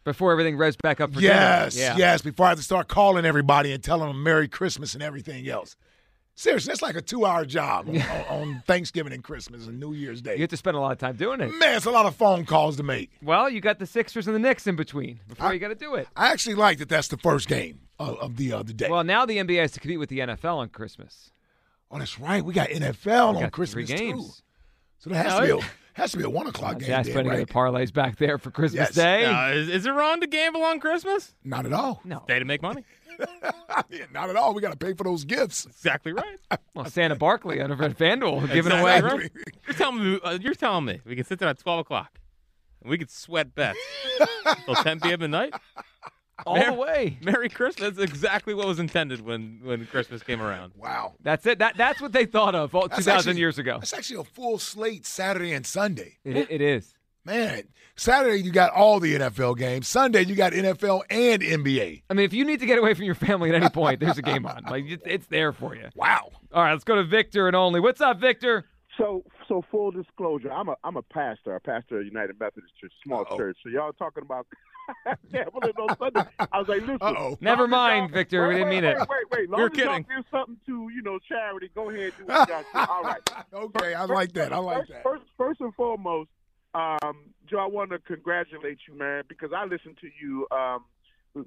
Speaker 2: Before everything revs back up for dinner.
Speaker 3: Yes,
Speaker 2: Yeah.
Speaker 3: yes. Before I have to start calling everybody and telling them Merry Christmas and everything else. Seriously, that's like a two-hour job on, on Thanksgiving and Christmas and New Year's Day.
Speaker 2: You have to spend a lot of time doing it.
Speaker 3: Man, it's a lot of phone calls to make.
Speaker 2: Well, you got the Sixers and the Knicks in between before
Speaker 3: I-
Speaker 2: you got to do it.
Speaker 3: I actually like that. That's the first game of, of the uh, other day.
Speaker 2: Well, now the NBA has to compete with the NFL on Christmas.
Speaker 3: Oh, that's right. We got NFL
Speaker 2: We
Speaker 3: on
Speaker 2: got
Speaker 3: Christmas
Speaker 2: three games.
Speaker 3: too. So there has to be a has to be a one o'clock game.
Speaker 2: That's
Speaker 3: then,
Speaker 2: putting
Speaker 3: right?
Speaker 2: the parlays back there for Christmas
Speaker 3: Yes.
Speaker 2: Day.
Speaker 4: Uh, is, is it wrong to gamble on Christmas?
Speaker 3: Not at all.
Speaker 2: No.
Speaker 4: Day to make money.
Speaker 3: Not at all. We got to pay for those gifts.
Speaker 4: Exactly right.
Speaker 2: well, Santa Barkley out of Red FanDuel giving
Speaker 4: Exactly
Speaker 2: away.
Speaker 4: right. You're telling me. Uh, you're telling me we can sit there at twelve o'clock. and We could sweat bets till ten p.m. at night.
Speaker 2: All the way.
Speaker 4: Merry Christmas. That's exactly what was intended when when Christmas came around.
Speaker 3: Wow.
Speaker 2: That's it. That that's what they thought of all, two
Speaker 3: That's
Speaker 2: thousand
Speaker 3: actually-
Speaker 2: years ago.
Speaker 3: That's actually a full slate Saturday and Sunday.
Speaker 2: It, it is.
Speaker 3: Man, Saturday you got all the NFL games. Sunday you got NFL and NBA.
Speaker 2: I mean, if you need to get away from your family at any point, there's a game on. Like it- it's there for you.
Speaker 3: Wow.
Speaker 2: All right, let's go to Victor and only. What's up, Victor?
Speaker 10: So, so full disclosure, I'm a I'm a pastor, a pastor of United Methodist Church, small church. So y'all talking about gambling on Sunday? I was like, listen,
Speaker 2: Uh-oh. Never
Speaker 10: long as
Speaker 2: mind,
Speaker 10: y'all-
Speaker 2: Victor,
Speaker 10: Wait,
Speaker 2: we didn't
Speaker 10: wait,
Speaker 2: mean
Speaker 10: wait,
Speaker 2: it.
Speaker 10: Wait, wait, long
Speaker 2: You're
Speaker 10: as y'all
Speaker 2: kidding.
Speaker 10: give something to you know charity. Go ahead, do what you got to. All right.
Speaker 3: okay, I like that. I like that.
Speaker 10: First, first and foremost, um, Joe, I want to congratulate you, man, because I listened to you um,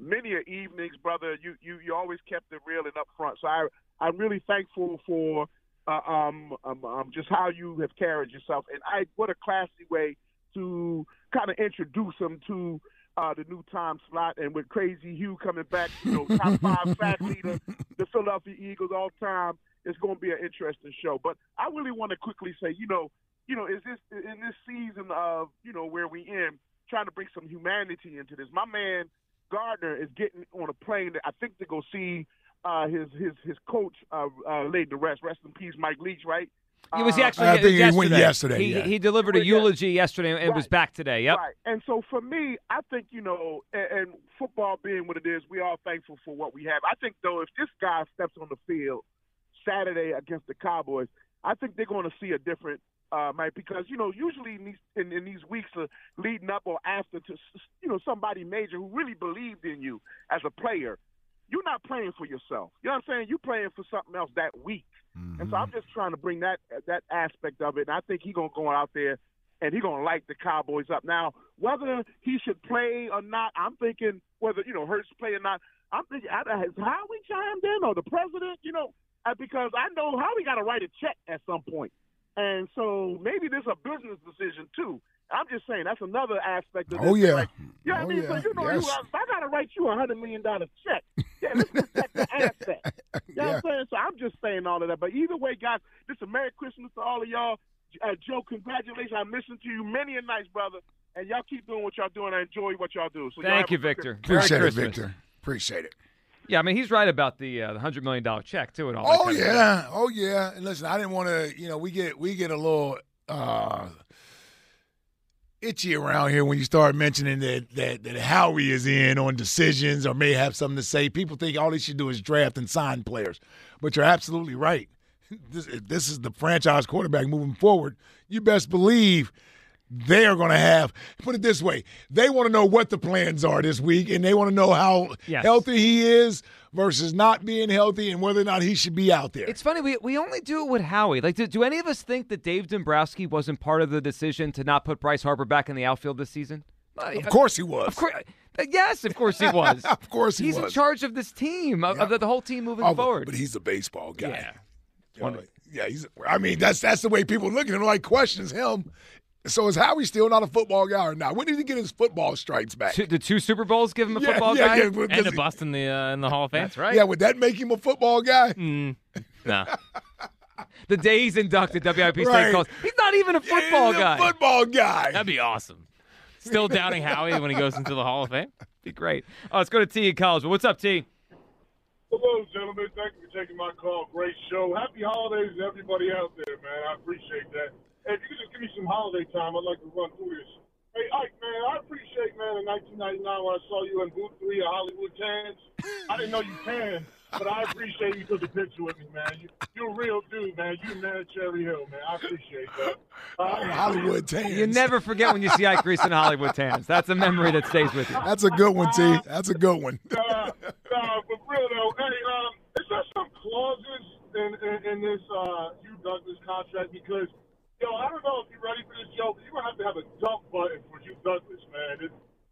Speaker 10: many a evenings, brother. You you you always kept it real and upfront. So I I'm really thankful for uh, um, um um just how you have carried yourself, and I what a classy way to kind of introduce them to. Uh, the new time slot, and with Crazy Hugh coming back, you know, top five sack leader, the Philadelphia Eagles all time. It's going to be an interesting show. But I really want to quickly say, you know, you know, is this in this season of you know where we in trying to bring some humanity into this? My man Gardner is getting on a plane that I think to go see uh, his his his coach uh, uh, laid to rest. Rest in peace, Mike Leach. Right?
Speaker 2: He was
Speaker 10: Uh,
Speaker 2: actually.
Speaker 3: I think
Speaker 2: yesterday.
Speaker 3: he went yesterday,
Speaker 2: He,
Speaker 3: yeah.
Speaker 2: he delivered a eulogy yesterday and was back today. Yep.
Speaker 10: Right. And so for me, I think, you know, and, and football being what it is, we are thankful for what we have. I think, though, if this guy steps on the field Saturday against the Cowboys, I think they're going to see a different. Uh, Mike, because you know, usually in these in, in these weeks uh, leading up or after, to s- you know, somebody major who really believed in you as a player, you're not playing for yourself. You know what I'm saying? You're playing for something else that week.
Speaker 3: Mm-hmm.
Speaker 10: And so I'm just trying to bring that that aspect of it. And I think he's gonna go out there and he's gonna light the Cowboys up. Now, whether he should play or not, I'm thinking whether you know Hurts play or not. I'm thinking I, has Howie chimed in or the president? You know, uh, because I know Howie got to write a check at some point, and so maybe this is a business decision too. I'm just saying that's another aspect of this.
Speaker 3: Oh, yeah.
Speaker 10: Like, you know what
Speaker 3: Oh,
Speaker 10: I mean?
Speaker 3: yeah.
Speaker 10: So you know, you,
Speaker 3: Yes.
Speaker 10: if I gotta write you a hundred million dollar check, yeah, let's protect the asset. You know what I'm saying? So I'm just saying all of that. But either way, guys, this is a Merry Christmas to all of y'all. Uh, Joe, congratulations. I'm listening to you many a nights, brother. And y'all keep doing what y'all doing. I enjoy what y'all do. So y'all have
Speaker 2: Thank
Speaker 10: a
Speaker 2: you,
Speaker 10: good
Speaker 2: Victor.
Speaker 10: Christmas.
Speaker 2: Merry
Speaker 3: Appreciate it,
Speaker 2: Christmas.
Speaker 3: Victor. Appreciate it.
Speaker 2: Yeah, I mean he's right about the uh, the hundred million dollar check too and all. that
Speaker 3: Oh
Speaker 2: kind of
Speaker 3: yeah, oh yeah. And listen, I didn't want to. You know, we get we get a little uh, itchy around here when you start mentioning that that that Howie is in on decisions or may have something to say. People think all they should do is draft and sign players, but you're absolutely right. This, if this is the franchise quarterback moving forward. You best believe they are going to have. Put it this way: they want to know what the plans are this week, and they want to know how
Speaker 2: Yes.
Speaker 3: healthy he is versus not being healthy, and whether or not he should be out there.
Speaker 2: It's funny we we only do it with Howie. Like, do, do any of us think that Dave Dombrowski wasn't part of the decision to not put Bryce Harper back in the outfield this season?
Speaker 3: Of course he was.
Speaker 2: Of course, yes, of course he was.
Speaker 3: Of course he
Speaker 2: He's in
Speaker 3: was.
Speaker 2: charge of this team, of, of the, the whole team moving
Speaker 3: Oh, but-
Speaker 2: forward.
Speaker 3: But he's a baseball guy.
Speaker 2: Yeah.
Speaker 3: You know, like, yeah, he's. I mean, that's that's the way people look at him. Like questions him. So is Howie still not a football guy or not? When did he get his football stripes back?
Speaker 2: Two- the two Super Bowls give him a
Speaker 3: Yeah,
Speaker 2: football
Speaker 3: yeah,
Speaker 2: guy.
Speaker 3: yeah, but
Speaker 4: and
Speaker 3: does
Speaker 4: a bust in the uh, in the Hall of Fame.
Speaker 2: That's right.
Speaker 3: Yeah, would that make him a football guy?
Speaker 4: Mm, nah.
Speaker 2: the day he's inducted, WIP
Speaker 3: Right.
Speaker 2: State calls. He's not even a football
Speaker 3: he's a
Speaker 2: guy.
Speaker 3: football guy.
Speaker 4: That'd be awesome. Still doubting Howie when he goes into the Hall of Fame.
Speaker 2: Be great. Oh, let's go to T in college. What's up, T?
Speaker 11: Hello, gentlemen. Thank you for taking my call. Great show. Happy holidays to everybody out there, man. I appreciate that. Hey, if you could just give me some holiday time, I'd like to run through this. Hey, Ike, man, I appreciate, man, in 1999 when I saw you in Booth 3 at Hollywood Tans. I didn't know you tan, but I appreciate you took a picture with me, man. You, you're a real dude, man. You man at Cherry Hill, man. I appreciate that. Uh,
Speaker 3: Hollywood Tans.
Speaker 2: You never forget when you see Ike Reese in Hollywood Tans. That's a memory that stays with you.
Speaker 3: That's a good one, T. That's a good one.
Speaker 11: nah, nah, but real though, hey, um, is there some clauses in, in, in this uh, Hugh Douglas contract? Because, yo, I don't know if you're ready for this, Joe, but you're going to have to have a dump button for Hugh Douglas, man. It,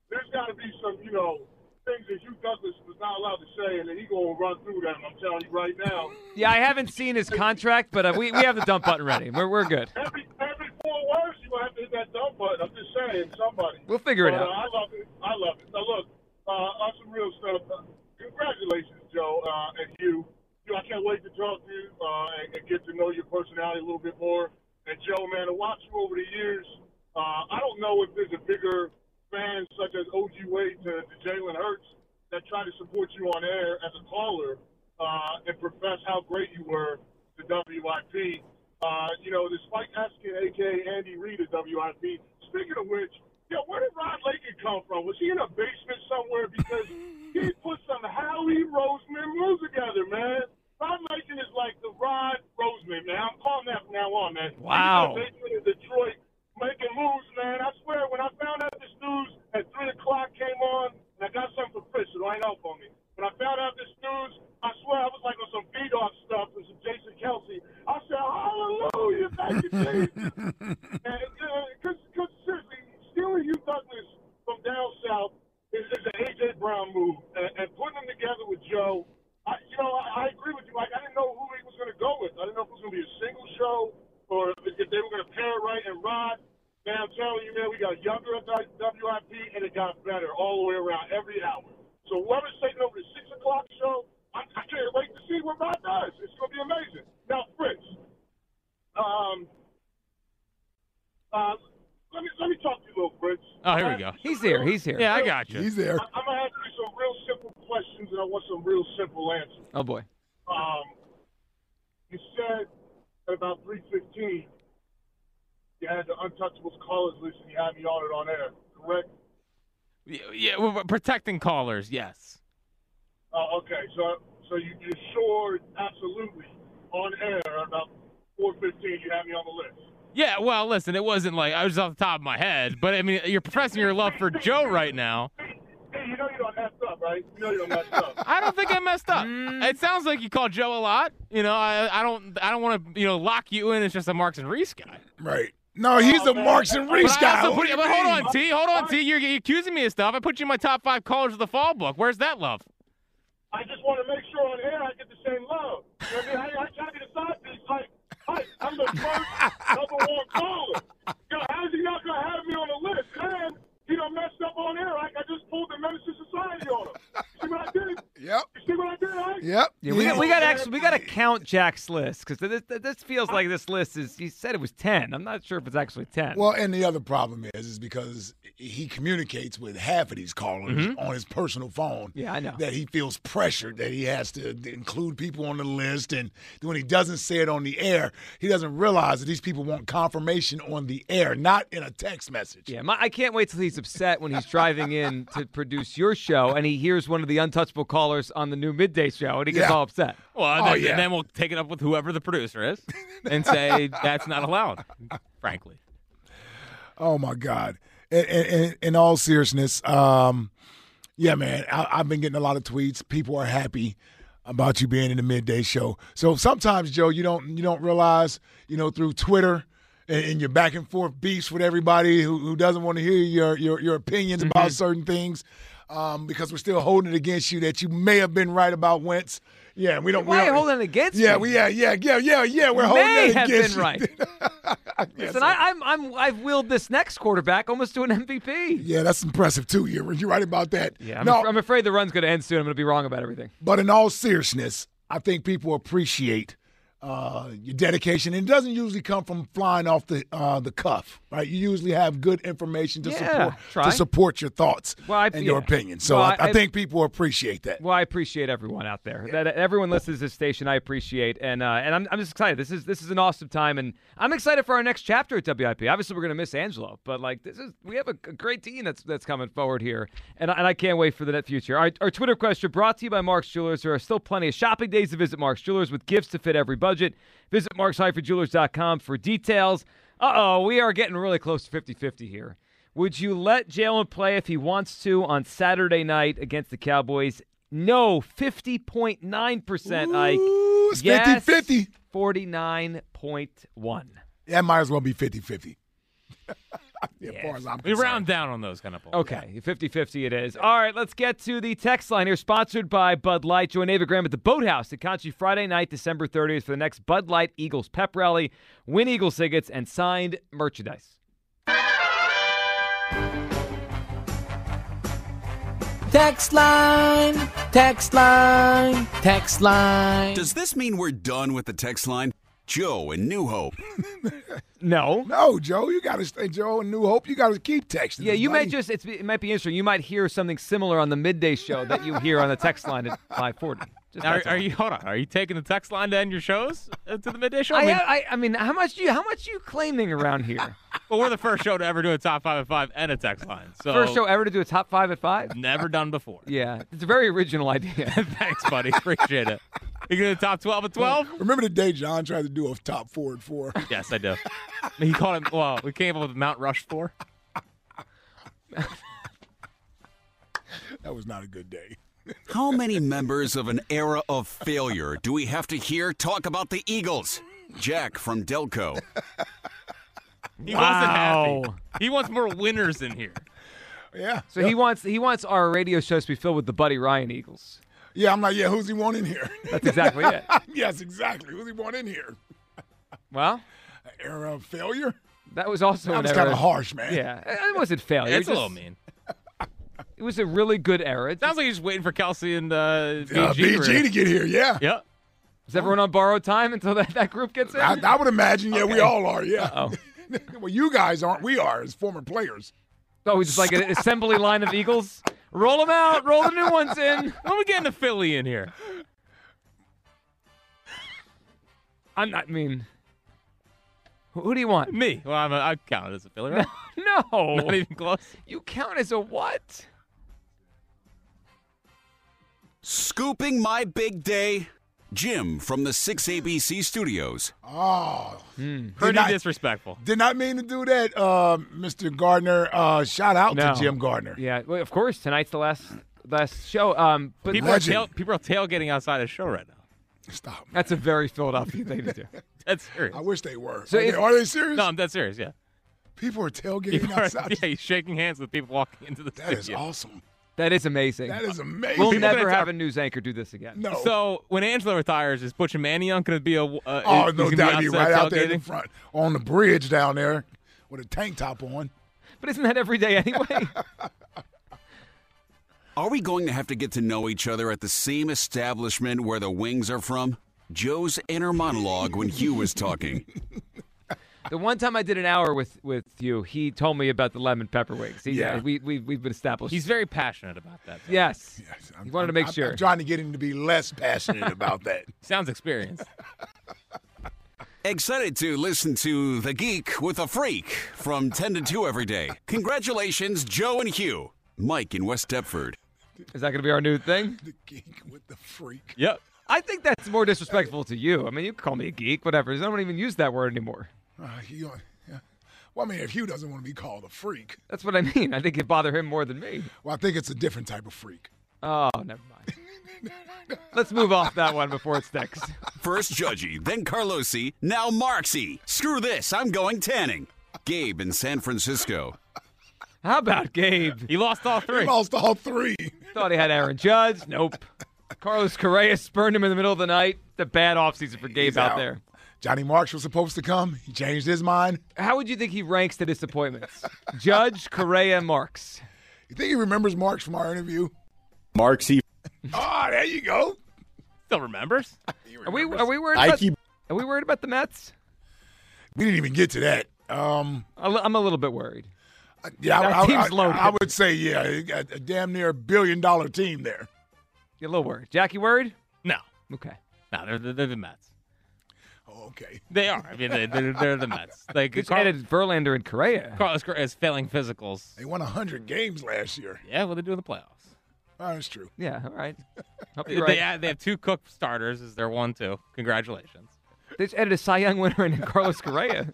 Speaker 11: there's got to be some, you know, things that Hugh Douglas was not allowed to say, and then he's going to run through them, I'm telling you right now.
Speaker 2: Yeah, I haven't seen his contract, but uh, we, we have the dump button ready. We're, we're good.
Speaker 11: Every, every four words, you're going to have to hit that dump button. I'm just saying, somebody.
Speaker 2: We'll figure it
Speaker 11: But, Uh, I
Speaker 2: out.
Speaker 11: love it. I love it. Now, look, uh, on some real stuff, uh, congratulations, Joe, uh, and you. You know, I can't wait to talk to you uh, and, and get to know your personality a little bit more. And, Joe, man, to watch you over the years, uh, I don't know if there's a bigger fan such as O.G. Wade to, to Jalen Hurts that tried to support you on air as a caller uh, and profess how great you were to WIP. Uh, you know, despite asking, a.k.a. Andy Reid at WIP, Speaking of which, yo, where did Rod Lakin come from? Was he in a basement somewhere? Because he put some Howie Roseman rules together, man. Rod Lakin is like the Rod Roseman, man. I'm calling that from now on, man.
Speaker 2: Wow.
Speaker 11: He's in the basement in Detroit making moves, man. I swear, when I found out this news at 3 o'clock came on, and I got something for Chris, so don't hang up on me. When I found out this news, I swear I was like on some beat off stuff and some Jason Kelsey. I said, Hallelujah, thank you, Jesus. and because seriously, stealing Hugh Douglas from down south is, is an AJ Brown move, and, and putting him together with Joe. I, you know, I, I agree with you. Like, I didn't know who he was going to go with. I didn't know if it was going to be a single show or if if they were going to pair it right and Rod. Man, I'm telling you, man, we got younger at the WIP, and it got better all the way around every hour. So whoever's taking over the six o'clock show, I, I can't wait to see what Rod does. It's going to be amazing. Now, Fritz, um, uh, let me let me talk to you, little Fritz.
Speaker 4: Oh, here we go.
Speaker 2: He's here. He's here.
Speaker 4: Yeah, I got you.
Speaker 11: I, I'm going to ask you some real simple questions, and I want some real simple answers
Speaker 2: Oh boy.
Speaker 11: um, you said at about 3.15 you had the Untouchables callers list and you had me on it on air, correct?
Speaker 4: Yeah, yeah, we're we're protecting callers. Yes.
Speaker 11: Uh, okay, so so you, you sure, absolutely, on air at about 4.15 you had me on the list.
Speaker 4: Yeah. Well, listen, it wasn't like I was off the top of my head, but I mean, you're professing your love for Joe right now.
Speaker 11: Hey, you know you don't messed up, right? You know you don't messed up.
Speaker 4: I don't think I messed up.
Speaker 3: Mm.
Speaker 4: It sounds like you call Joe a lot. You know, I, I don't I don't want to you know lock you in. It's just a Marks and Reese guy.
Speaker 3: Right. No, he's a Marks and Reese
Speaker 4: But I
Speaker 3: guy.
Speaker 4: also
Speaker 3: What
Speaker 4: put
Speaker 3: do
Speaker 4: you-
Speaker 3: you
Speaker 4: but hold on,
Speaker 3: mean?
Speaker 4: T. Hold on, T. You're, you're accusing me of stuff. I put you in my top five callers of the fall book. Where's that love?
Speaker 11: I just want to make sure on air I get the same love. You know what I mean? I, I try to be the side piece. Like, like I'm the first number one caller. Yo, how's he not gonna have me on the list? And he done messed up on air. Like I just pulled the Menace to Society on him. You see what I did?
Speaker 3: Yep.
Speaker 11: You see what I did? Right?
Speaker 2: Yeah, we, got, we got actually we got to count Jack's list because this, this feels like this list is. He said it was ten. I'm not sure if it's actually ten.
Speaker 3: Well, and the other problem is, is because he communicates with half of these callers
Speaker 4: Mm-hmm.
Speaker 2: Mhm.
Speaker 3: on his personal phone.
Speaker 2: Yeah, I know.
Speaker 3: That he feels pressured that he has to include people on the list, and when he doesn't say it on the air, he doesn't realize that these people want confirmation on the air, not in a text message.
Speaker 2: Yeah, my, I can't wait till he's upset when he's driving in to produce your show and he hears one of the untouchable callers on the new midday show and he gets
Speaker 4: Yeah.
Speaker 2: all upset.
Speaker 3: Oh,
Speaker 4: Well,
Speaker 2: Oh,
Speaker 4: then, then we'll take it up with whoever the producer is and say that's not allowed. Frankly.
Speaker 3: Oh my God! In, in, in all seriousness, um, yeah, man, I, I've been getting a lot of tweets. People are happy about you being in the midday show. So sometimes, Joe, you don't you don't realize, you know, through Twitter and, and your back and forth beefs with everybody who, who doesn't want to hear your your, your opinions
Speaker 2: Mm-hmm.
Speaker 3: about certain things, um, because we're still holding it against you that you may have been right about Wentz. Yeah, we don't.
Speaker 2: Why
Speaker 3: we
Speaker 2: are you
Speaker 3: don't-
Speaker 2: holding it against
Speaker 3: Yeah,
Speaker 2: me?
Speaker 3: we yeah yeah yeah yeah yeah. We're holding
Speaker 2: May
Speaker 3: it
Speaker 2: have
Speaker 3: against
Speaker 2: been
Speaker 3: you.
Speaker 2: right. Listen, I, I'm, I'm, I've willed this next quarterback almost to an MVP.
Speaker 3: Yeah, that's impressive too. You're you're right about that.
Speaker 2: Yeah, I'm,
Speaker 3: no,
Speaker 2: af- I'm afraid the run's going to end soon. I'm going to be wrong about everything.
Speaker 3: But in all seriousness, I think people appreciate uh, your dedication. It doesn't usually come from flying off the uh, the cuff, right? You usually have good information to
Speaker 2: Yeah,
Speaker 3: support
Speaker 2: try.
Speaker 3: to support your thoughts
Speaker 2: Well, I-
Speaker 3: and your
Speaker 2: yeah.
Speaker 3: opinion. So
Speaker 2: Well,
Speaker 3: I,
Speaker 2: I-
Speaker 3: I think people appreciate that.
Speaker 2: Well, I appreciate everyone out there. That everyone listens to this station. I appreciate, and uh, and I'm, I'm just excited. This is this is an awesome time, and I'm excited for our next chapter at WIP. Obviously, we're gonna miss Angelo, but like this is we have a, a great team that's that's coming forward here, and I- and I can't wait for the net future. Our, our Twitter question brought to you by Mark's Jewelers. There are still plenty of shopping days to visit Mark's Jewelers with gifts to fit every budget. Visit marks-jewelers.com for details. Uh oh, we are getting really close to 50-50 here. Would you let Jalen play if he wants to on Saturday night against the Cowboys? No, 50.9%, Ike.
Speaker 3: it's
Speaker 2: yes,
Speaker 3: 50-50.
Speaker 2: 49.1.
Speaker 3: That might as well be 50-50.
Speaker 2: Yeah.
Speaker 3: far as I'm
Speaker 4: We round down on those kind of polls.
Speaker 2: Okay, 50 50 it is. All right, let's get to the text line here, sponsored by Bud Light. Join Ava Graham at the Boathouse at Conchi Friday night, December 30th, for the next Bud Light Eagles pep rally. Win Eagles tickets and signed merchandise.
Speaker 12: Text line, text line, text line.
Speaker 13: Does this mean we're done with the text line? Joe and New Hope.
Speaker 2: No.
Speaker 3: No, Joe, you got to stay, Joe, and New Hope, you got to keep texting.
Speaker 2: Yeah,
Speaker 3: us,
Speaker 2: you
Speaker 3: buddy.
Speaker 2: might just, it's, it might be interesting. You might hear something similar on the midday show that you hear on the text line at 540. Just
Speaker 4: Are,
Speaker 2: that's
Speaker 4: are
Speaker 2: all.
Speaker 4: you hold on? Are you taking the text line to end your shows uh, to the midday show?
Speaker 2: I, I, I mean, how much you how much you claiming around here?
Speaker 4: well, we're the first show to ever do a top five at five and a text line. So
Speaker 2: First show ever to do a top five at five.
Speaker 4: never done before.
Speaker 2: Yeah, it's a very original idea.
Speaker 4: Thanks, buddy. Appreciate it. You gonna do the top twelve at twelve?
Speaker 3: Remember the day John tried to do a top four and four?
Speaker 4: Yes, I do. He called it. Well, we came up with Mount Rushmore.
Speaker 3: That was not a good day.
Speaker 13: How many members of an era of failure do we have to hear talk about the Eagles? Jack from Delco.
Speaker 4: He wasn't happy. He wants more winners in here.
Speaker 3: Yeah.
Speaker 2: So he wants he wants our radio shows to be filled with the Buddy Ryan Eagles.
Speaker 3: Yeah, I'm like, yeah, who's he want in here?
Speaker 2: That's exactly it.
Speaker 3: yes, exactly. Who's he want in here?
Speaker 2: Well,
Speaker 3: Era of failure?
Speaker 2: that was also
Speaker 3: That
Speaker 2: an
Speaker 3: was
Speaker 2: era-
Speaker 3: kinda harsh, man.
Speaker 2: Yeah, it wasn't failure.
Speaker 4: It's a
Speaker 2: just-
Speaker 4: little mean.
Speaker 2: It was a really good era. It's
Speaker 4: Sounds like you're just waiting for Kelsey and uh, BG,
Speaker 3: Uh, BG to
Speaker 4: really.
Speaker 3: get here, yeah.
Speaker 4: Yep.
Speaker 2: Is everyone on borrowed time until that, that group gets in?
Speaker 3: I, I would imagine, yeah, we
Speaker 2: Okay.
Speaker 3: all are, yeah.
Speaker 2: Uh-oh.
Speaker 3: well, you guys aren't. We are as former players.
Speaker 2: Oh, we just like an assembly line of Eagles. Roll them out. Roll the new ones in.
Speaker 4: When are we getting a Philly in here?
Speaker 2: I'm not I mean. Who, who do you want?
Speaker 4: Me. Well, I'm a, I count as a Philly, right?
Speaker 2: No.
Speaker 4: Not even close.
Speaker 2: You count as a what?
Speaker 13: Scooping my big day, Jim from the 6ABC studios.
Speaker 3: Oh,
Speaker 4: Hmm. Pretty
Speaker 3: not-
Speaker 4: disrespectful.
Speaker 3: did not mean to do that, uh, Mr. Gardner. Uh, shout out
Speaker 2: No.
Speaker 3: to Jim Gardner.
Speaker 2: Yeah, well, of course. Tonight's the last last show. Um, but
Speaker 4: People are, tail, people are tailgating outside his show right now.
Speaker 3: Stop.
Speaker 2: that's a very Philadelphia thing to do.
Speaker 4: That's serious.
Speaker 3: I wish they were.
Speaker 2: So
Speaker 3: are, they,
Speaker 2: if-
Speaker 3: are they serious?
Speaker 4: No, I'm dead serious. Yeah.
Speaker 3: People are tailgating
Speaker 4: You are-
Speaker 3: outside.
Speaker 4: yeah, he's shaking hands with people walking into the
Speaker 3: That is
Speaker 4: studio.
Speaker 3: awesome.
Speaker 2: That is amazing.
Speaker 3: That is amazing.
Speaker 2: We'll
Speaker 4: People
Speaker 2: never
Speaker 4: gonna
Speaker 2: have
Speaker 4: talk-
Speaker 2: a news anchor do this again.
Speaker 3: no.
Speaker 4: So when Angela retires, is Butch and Mannion going to be a? Uh,
Speaker 3: oh,
Speaker 4: is,
Speaker 3: no
Speaker 4: he's
Speaker 3: doubt
Speaker 4: gonna
Speaker 3: he'd be
Speaker 4: outside
Speaker 3: right out there in the
Speaker 4: tailgating?
Speaker 3: front on the bridge down there with a tank top on.
Speaker 2: But isn't that every day anyway?
Speaker 13: Are we going to have to get to know each other at the same establishment where the wings are from? Joe's inner monologue when Hugh was talking.
Speaker 2: the one time I did an hour with with you, he told me about the lemon pepper wings. He-
Speaker 3: Yeah.
Speaker 2: we, we we've been established.
Speaker 4: He's very passionate about that. though.
Speaker 2: yes.
Speaker 3: Yes,
Speaker 2: He wanted to make
Speaker 3: I'm-
Speaker 2: sure.
Speaker 3: I'm trying to get him to be less passionate about that.
Speaker 4: Sounds experienced.
Speaker 13: Excited to listen to The Geek with a Freak from 10 to 2 every day. Congratulations, Joe and Hugh. Mike in West Deptford.
Speaker 2: Is that going to be our new thing?
Speaker 3: The geek with the freak.
Speaker 4: yep.
Speaker 2: I think that's more disrespectful to you. I mean, you can call me a geek, whatever. I don't even use that word anymore.
Speaker 3: Uh, he, uh, yeah. Well, I mean, if Hugh doesn't want to be called a freak,
Speaker 2: That's what I mean. I think it bothered him more than me.
Speaker 3: well, I think it's a different type of freak.
Speaker 2: Oh, never mind. Let's move off that one before it sticks.
Speaker 13: First Judgy, then Carlosi, now Marxy. Screw this, I'm going tanning. Gabe in San Francisco.
Speaker 2: How about Gabe?
Speaker 4: He lost all
Speaker 3: He
Speaker 4: three.
Speaker 3: lost all three.
Speaker 2: Thought he had Aaron Judge. Nope. Carlos Correa spurned him in the middle of the night. The bad offseason for Gabe
Speaker 3: He's
Speaker 2: out.
Speaker 3: out.
Speaker 2: there.
Speaker 3: Johnny Marks was supposed to come. He changed his mind.
Speaker 2: How would you think he ranks the disappointments? Judge, Correa, Marks.
Speaker 3: You think he remembers Marks from our interview?
Speaker 14: Marksy.
Speaker 3: Oh, there you go.
Speaker 4: Still remembers.
Speaker 2: Are we are we worried
Speaker 14: I
Speaker 2: about,
Speaker 14: keep.
Speaker 2: are we worried about the Mets?
Speaker 3: We didn't even get to that. Um,
Speaker 2: I'm a- I'm a little bit worried.
Speaker 3: Uh, yeah,
Speaker 2: That
Speaker 3: I, I-
Speaker 2: team's
Speaker 3: I-
Speaker 2: loaded.
Speaker 3: I would say, yeah, he got a damn near billion dollar team there.
Speaker 2: Yeah, a little worried. Jackie worried?
Speaker 4: No,
Speaker 2: Okay.
Speaker 4: no, they're, they're, they're the Mets.
Speaker 3: Oh, okay.
Speaker 4: They are. I mean, they, they're, they're the Mets. Like
Speaker 2: Just
Speaker 4: Carl,
Speaker 2: added Verlander and Correa.
Speaker 4: Carlos Correa is failing physicals.
Speaker 3: They won 100
Speaker 2: Mm.
Speaker 3: games last year.
Speaker 4: Yeah, what they do in the playoffs.
Speaker 3: Oh, that's true.
Speaker 2: yeah, all right. Hope
Speaker 4: They,
Speaker 2: you're right.
Speaker 4: add- they have two Cook starters. Is their one two? Congratulations.
Speaker 2: They just added a Cy Young winner and Carlos Correa.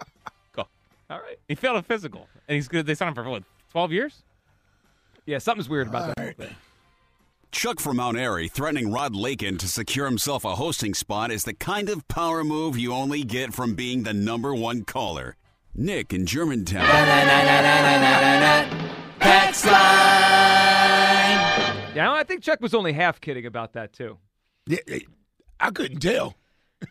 Speaker 4: Cool.
Speaker 2: All right.
Speaker 4: He failed a physical, and he's good. They signed him for what? Twelve years.
Speaker 2: Yeah, something's weird about that.
Speaker 13: Chuck from Mount Airy threatening Rod Lakin to secure himself a hosting spot is the kind of power move you only get from being the number one caller. Nick in Germantown.
Speaker 12: Text line.
Speaker 2: Yeah, I think Chuck was only half kidding about that too.
Speaker 3: Yeah, yeah, I couldn't tell.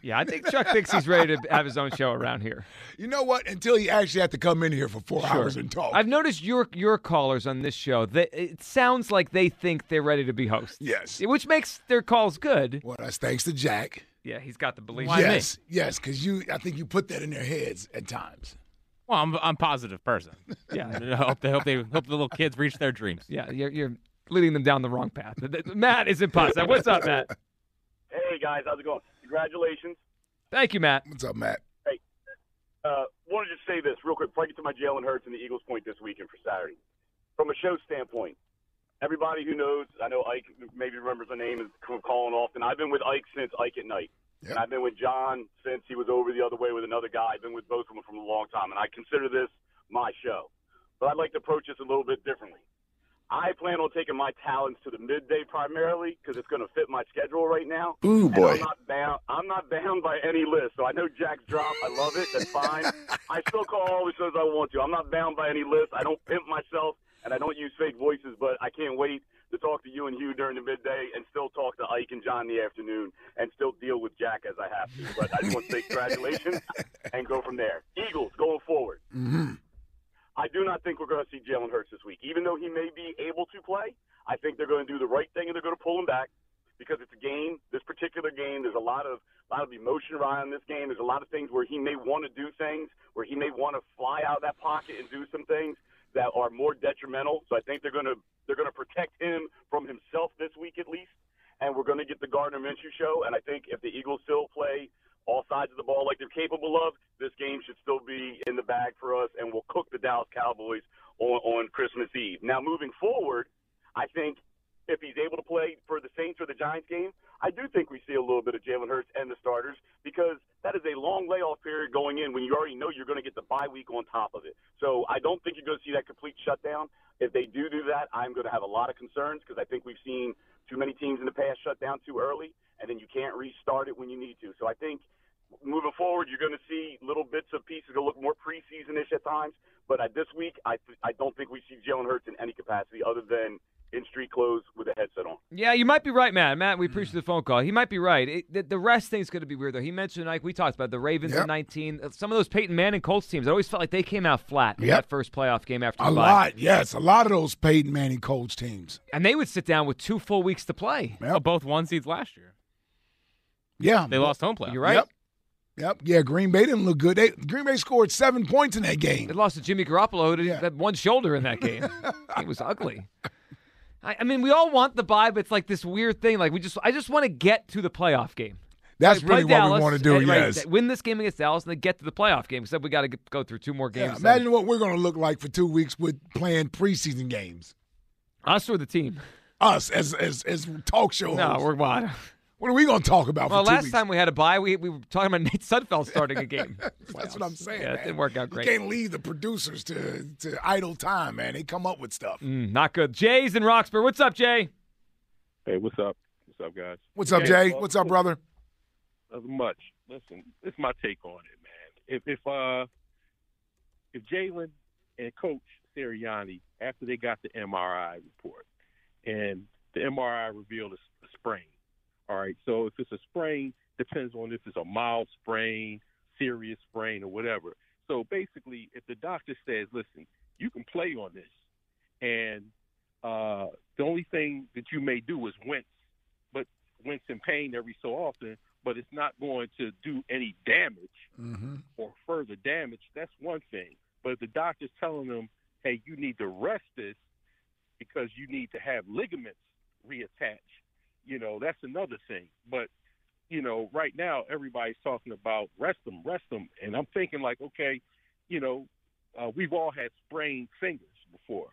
Speaker 2: Yeah, I think Chuck thinks he's ready to have his own show around here.
Speaker 3: You know what? Until he actually had to come in here for four hours and talk.
Speaker 2: I've noticed your your callers on this show. That it sounds like they think they're ready to be hosts.
Speaker 3: Yes.
Speaker 2: which makes their calls good.
Speaker 3: Well, that's thanks to Jack.
Speaker 2: Yeah, he's got the belief.
Speaker 3: yes, yes, because you, I think you put that in their heads at times.
Speaker 4: Well, I'm I'm a positive person.
Speaker 2: Yeah.
Speaker 4: I hope they hope they hope the little kids reach their dreams.
Speaker 2: Yeah, you're, you're leading them down the wrong path. Matt is in Potsdam. What's up, Matt?
Speaker 14: Hey guys, how's it going? Congratulations.
Speaker 2: Thank you, Matt.
Speaker 3: What's up, Matt?
Speaker 14: Hey, uh, want to just say this real quick before I get to my Jalen Hurts and the Eagles point this weekend for Saturday. From a show standpoint, everybody who knows, I know Ike maybe remembers the name is calling often. I've been with Ike since Ike at Night. And I've been with John since he was over the other way with another guy. I've been with both of them for a long time, and I consider this my show. But I'd like to approach this a little bit differently. I plan on taking my talents to the midday primarily because it's going to fit my schedule right now.
Speaker 15: Ooh,
Speaker 14: And
Speaker 15: boy.
Speaker 14: I'm not bound. I'm not bound by any list. So I know Jack's drop. I love it. That's fine. I still call all the shows I want to. I'm not bound by any list. I don't pimp myself and I don't use fake voices. But I can't wait to talk to you and Hugh during the midday, and still talk to Ike and John in the afternoon, and still deal with Jack as I have to. But I just want to say congratulations and go from there. Eagles going forward.
Speaker 3: Mm-hmm.
Speaker 14: I do not think we're going to see Jalen Hurts this week. Even though he may be able to play, I think they're going to do the right thing and they're going to pull him back because it's a game. This particular game, there's a lot of a lot of emotion around this game. There's a lot of things where he may want to do things, where he may want to fly out of that pocket and do some things that are more detrimental. So I think they're going to they're going to protect him from himself this week at least. And we're going to get the Gardner Minshew show. And I think if the Eagles still play all sides of the ball like they're capable of, this game should still be in the bag for us, and we'll cook the Dallas Cowboys on, on Christmas Eve. Now, moving forward, I think if he's able to play for the Saints or the Giants game, I do think we see a little bit of Jalen Hurts and the starters because that is a long layoff period going in when you already know you're going to get the bye week on top of it. So I don't think you're going to see that complete shutdown. If they do do that, I'm going to have a lot of concerns because I think we've seen too many teams in the past shut down too early, and then you can't restart it when you need to. So I think moving forward, you're going to see little bits of pieces that look more preseason-ish at times. But uh, this week, I th- I don't think we see Jalen Hurts in any capacity other than in street clothes with a headset on.
Speaker 2: Yeah, you might be right, Matt. Matt,
Speaker 3: Mm.
Speaker 2: we appreciate the phone call. He might be right. It, the, the rest thing's going to be weird, though. He mentioned, like, we talked about the Ravens in 19. Uh, Some of those Peyton Manning Colts teams, I always felt like they came out flat in
Speaker 3: Yep.
Speaker 2: that first playoff game after
Speaker 3: A
Speaker 2: the bye.
Speaker 3: lot, yes, a lot of those Peyton Manning Colts teams.
Speaker 2: And they would sit down with two full weeks to play.
Speaker 3: Well,
Speaker 4: both one seeds last year.
Speaker 3: Yeah,
Speaker 4: They lost home playoff.
Speaker 2: You're right.
Speaker 3: Yep. Yep. Yeah, Green Bay didn't look good. They, Green Bay scored seven points in that game.
Speaker 2: They lost to Jimmy Garoppolo, who did that one shoulder in that game. it was ugly. I, I mean, we all want the bye, but it's like this weird thing. Like we just, I just want to get to the playoff game.
Speaker 3: That's
Speaker 2: Like, play
Speaker 3: really what we
Speaker 2: Dallas
Speaker 3: wanna do,
Speaker 2: and, right,
Speaker 3: yes.
Speaker 2: win this game against Dallas and then get to the playoff game. Except we got to go through two more
Speaker 3: Yeah,
Speaker 2: games.
Speaker 3: imagine what we're going to look like for two weeks with playing preseason games.
Speaker 2: Us or the team?
Speaker 3: Us as as, as talk show.
Speaker 2: No,
Speaker 3: hosts.
Speaker 2: we're wild.
Speaker 3: What are we going to talk about?
Speaker 2: well,
Speaker 3: for two
Speaker 2: last
Speaker 3: weeks?
Speaker 2: time we had a bye, we, we were talking about Nate Sudfeld starting a game.
Speaker 3: That's what I'm saying.
Speaker 2: Yeah, it
Speaker 3: man.
Speaker 2: didn't work out great.
Speaker 3: You can't leave the producers to to idle time, man. They come up with stuff.
Speaker 2: Mm, not good. Jay's in Roxburgh. What's up, Jay?
Speaker 16: Hey, what's up? What's up, guys?
Speaker 3: What's up, Jay? What's up, brother?
Speaker 16: As much. Listen, this is my take on it, man. If if uh if Jalen and Coach Sirianni, after they got the MRI report, and the MRI revealed a, s- a sprain. All right, so if it's a sprain, depends on if it's a mild sprain, serious sprain, or whatever. So basically, if the doctor says, "Listen, you can play on this," and uh, the only thing that you may do is wince, but wince in pain every so often, but it's not going to do any damage
Speaker 3: Mm-hmm.
Speaker 16: or further damage. That's one thing. But if the doctor's telling them, hey, you need to rest this because you need to have ligaments reattached, you know, that's another thing. But, you know, right now everybody's talking about rest them, rest them. And I'm thinking, like, okay, you know, uh, we've all had sprained fingers before.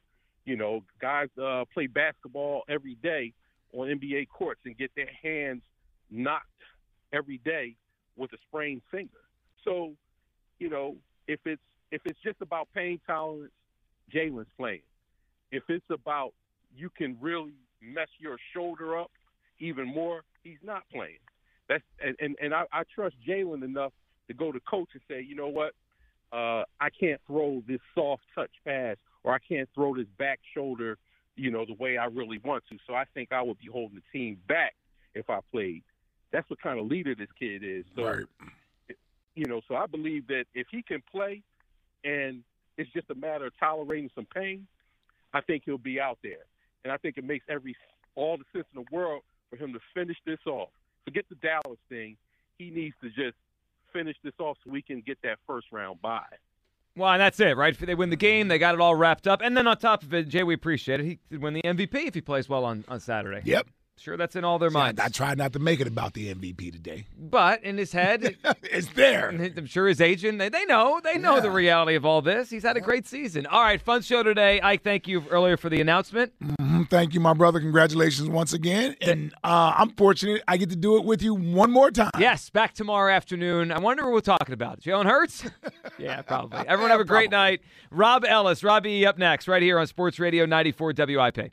Speaker 16: You know, guys uh, play basketball every day on NBA courts and get their hands knocked every day with a sprained finger. So, you know, if it's if it's just about pain tolerance, Jalen's playing. If it's about you can really mess your shoulder up even more, he's not playing. That's and and, and I, I trust Jalen enough to go to coach and say, you know what, uh, I can't throw this soft touch pass or I can't throw this back shoulder, you know, the way I really want to. So I think I would be holding the team back if I played. That's what kind of leader this kid is. So you know, so I believe that if he can play and it's just a matter of tolerating some pain, I think he'll be out there. And I think it makes every all the sense in the world for him to finish this off. Forget the Dallas thing. He needs to just finish this off so we can get that first round bye.
Speaker 2: Well, and that's it, right? They win the game. They got it all wrapped up. And then on top of it, Jay, we appreciate it. He could win the MVP if he plays well on, on Saturday.
Speaker 3: Yep.
Speaker 2: Sure, that's in all their
Speaker 3: See, I-
Speaker 2: minds.
Speaker 3: I tried not to make it about the MVP today.
Speaker 2: But in his head,
Speaker 3: it's there.
Speaker 2: I'm sure his agent, they, they know. They know the reality of all this. He's had a great season. All right, fun show today. Ike, thank you earlier for the announcement.
Speaker 3: Mhm. Thank you, my brother. Congratulations once again. And uh, I'm fortunate I get to do it with you one more time.
Speaker 2: Yes, back tomorrow afternoon. I wonder what we're talking about. Jalen Hurts? yeah, probably. Everyone have a great night. Rob Ellis, Robbie E up next, right here on Sports Radio 94 WIP.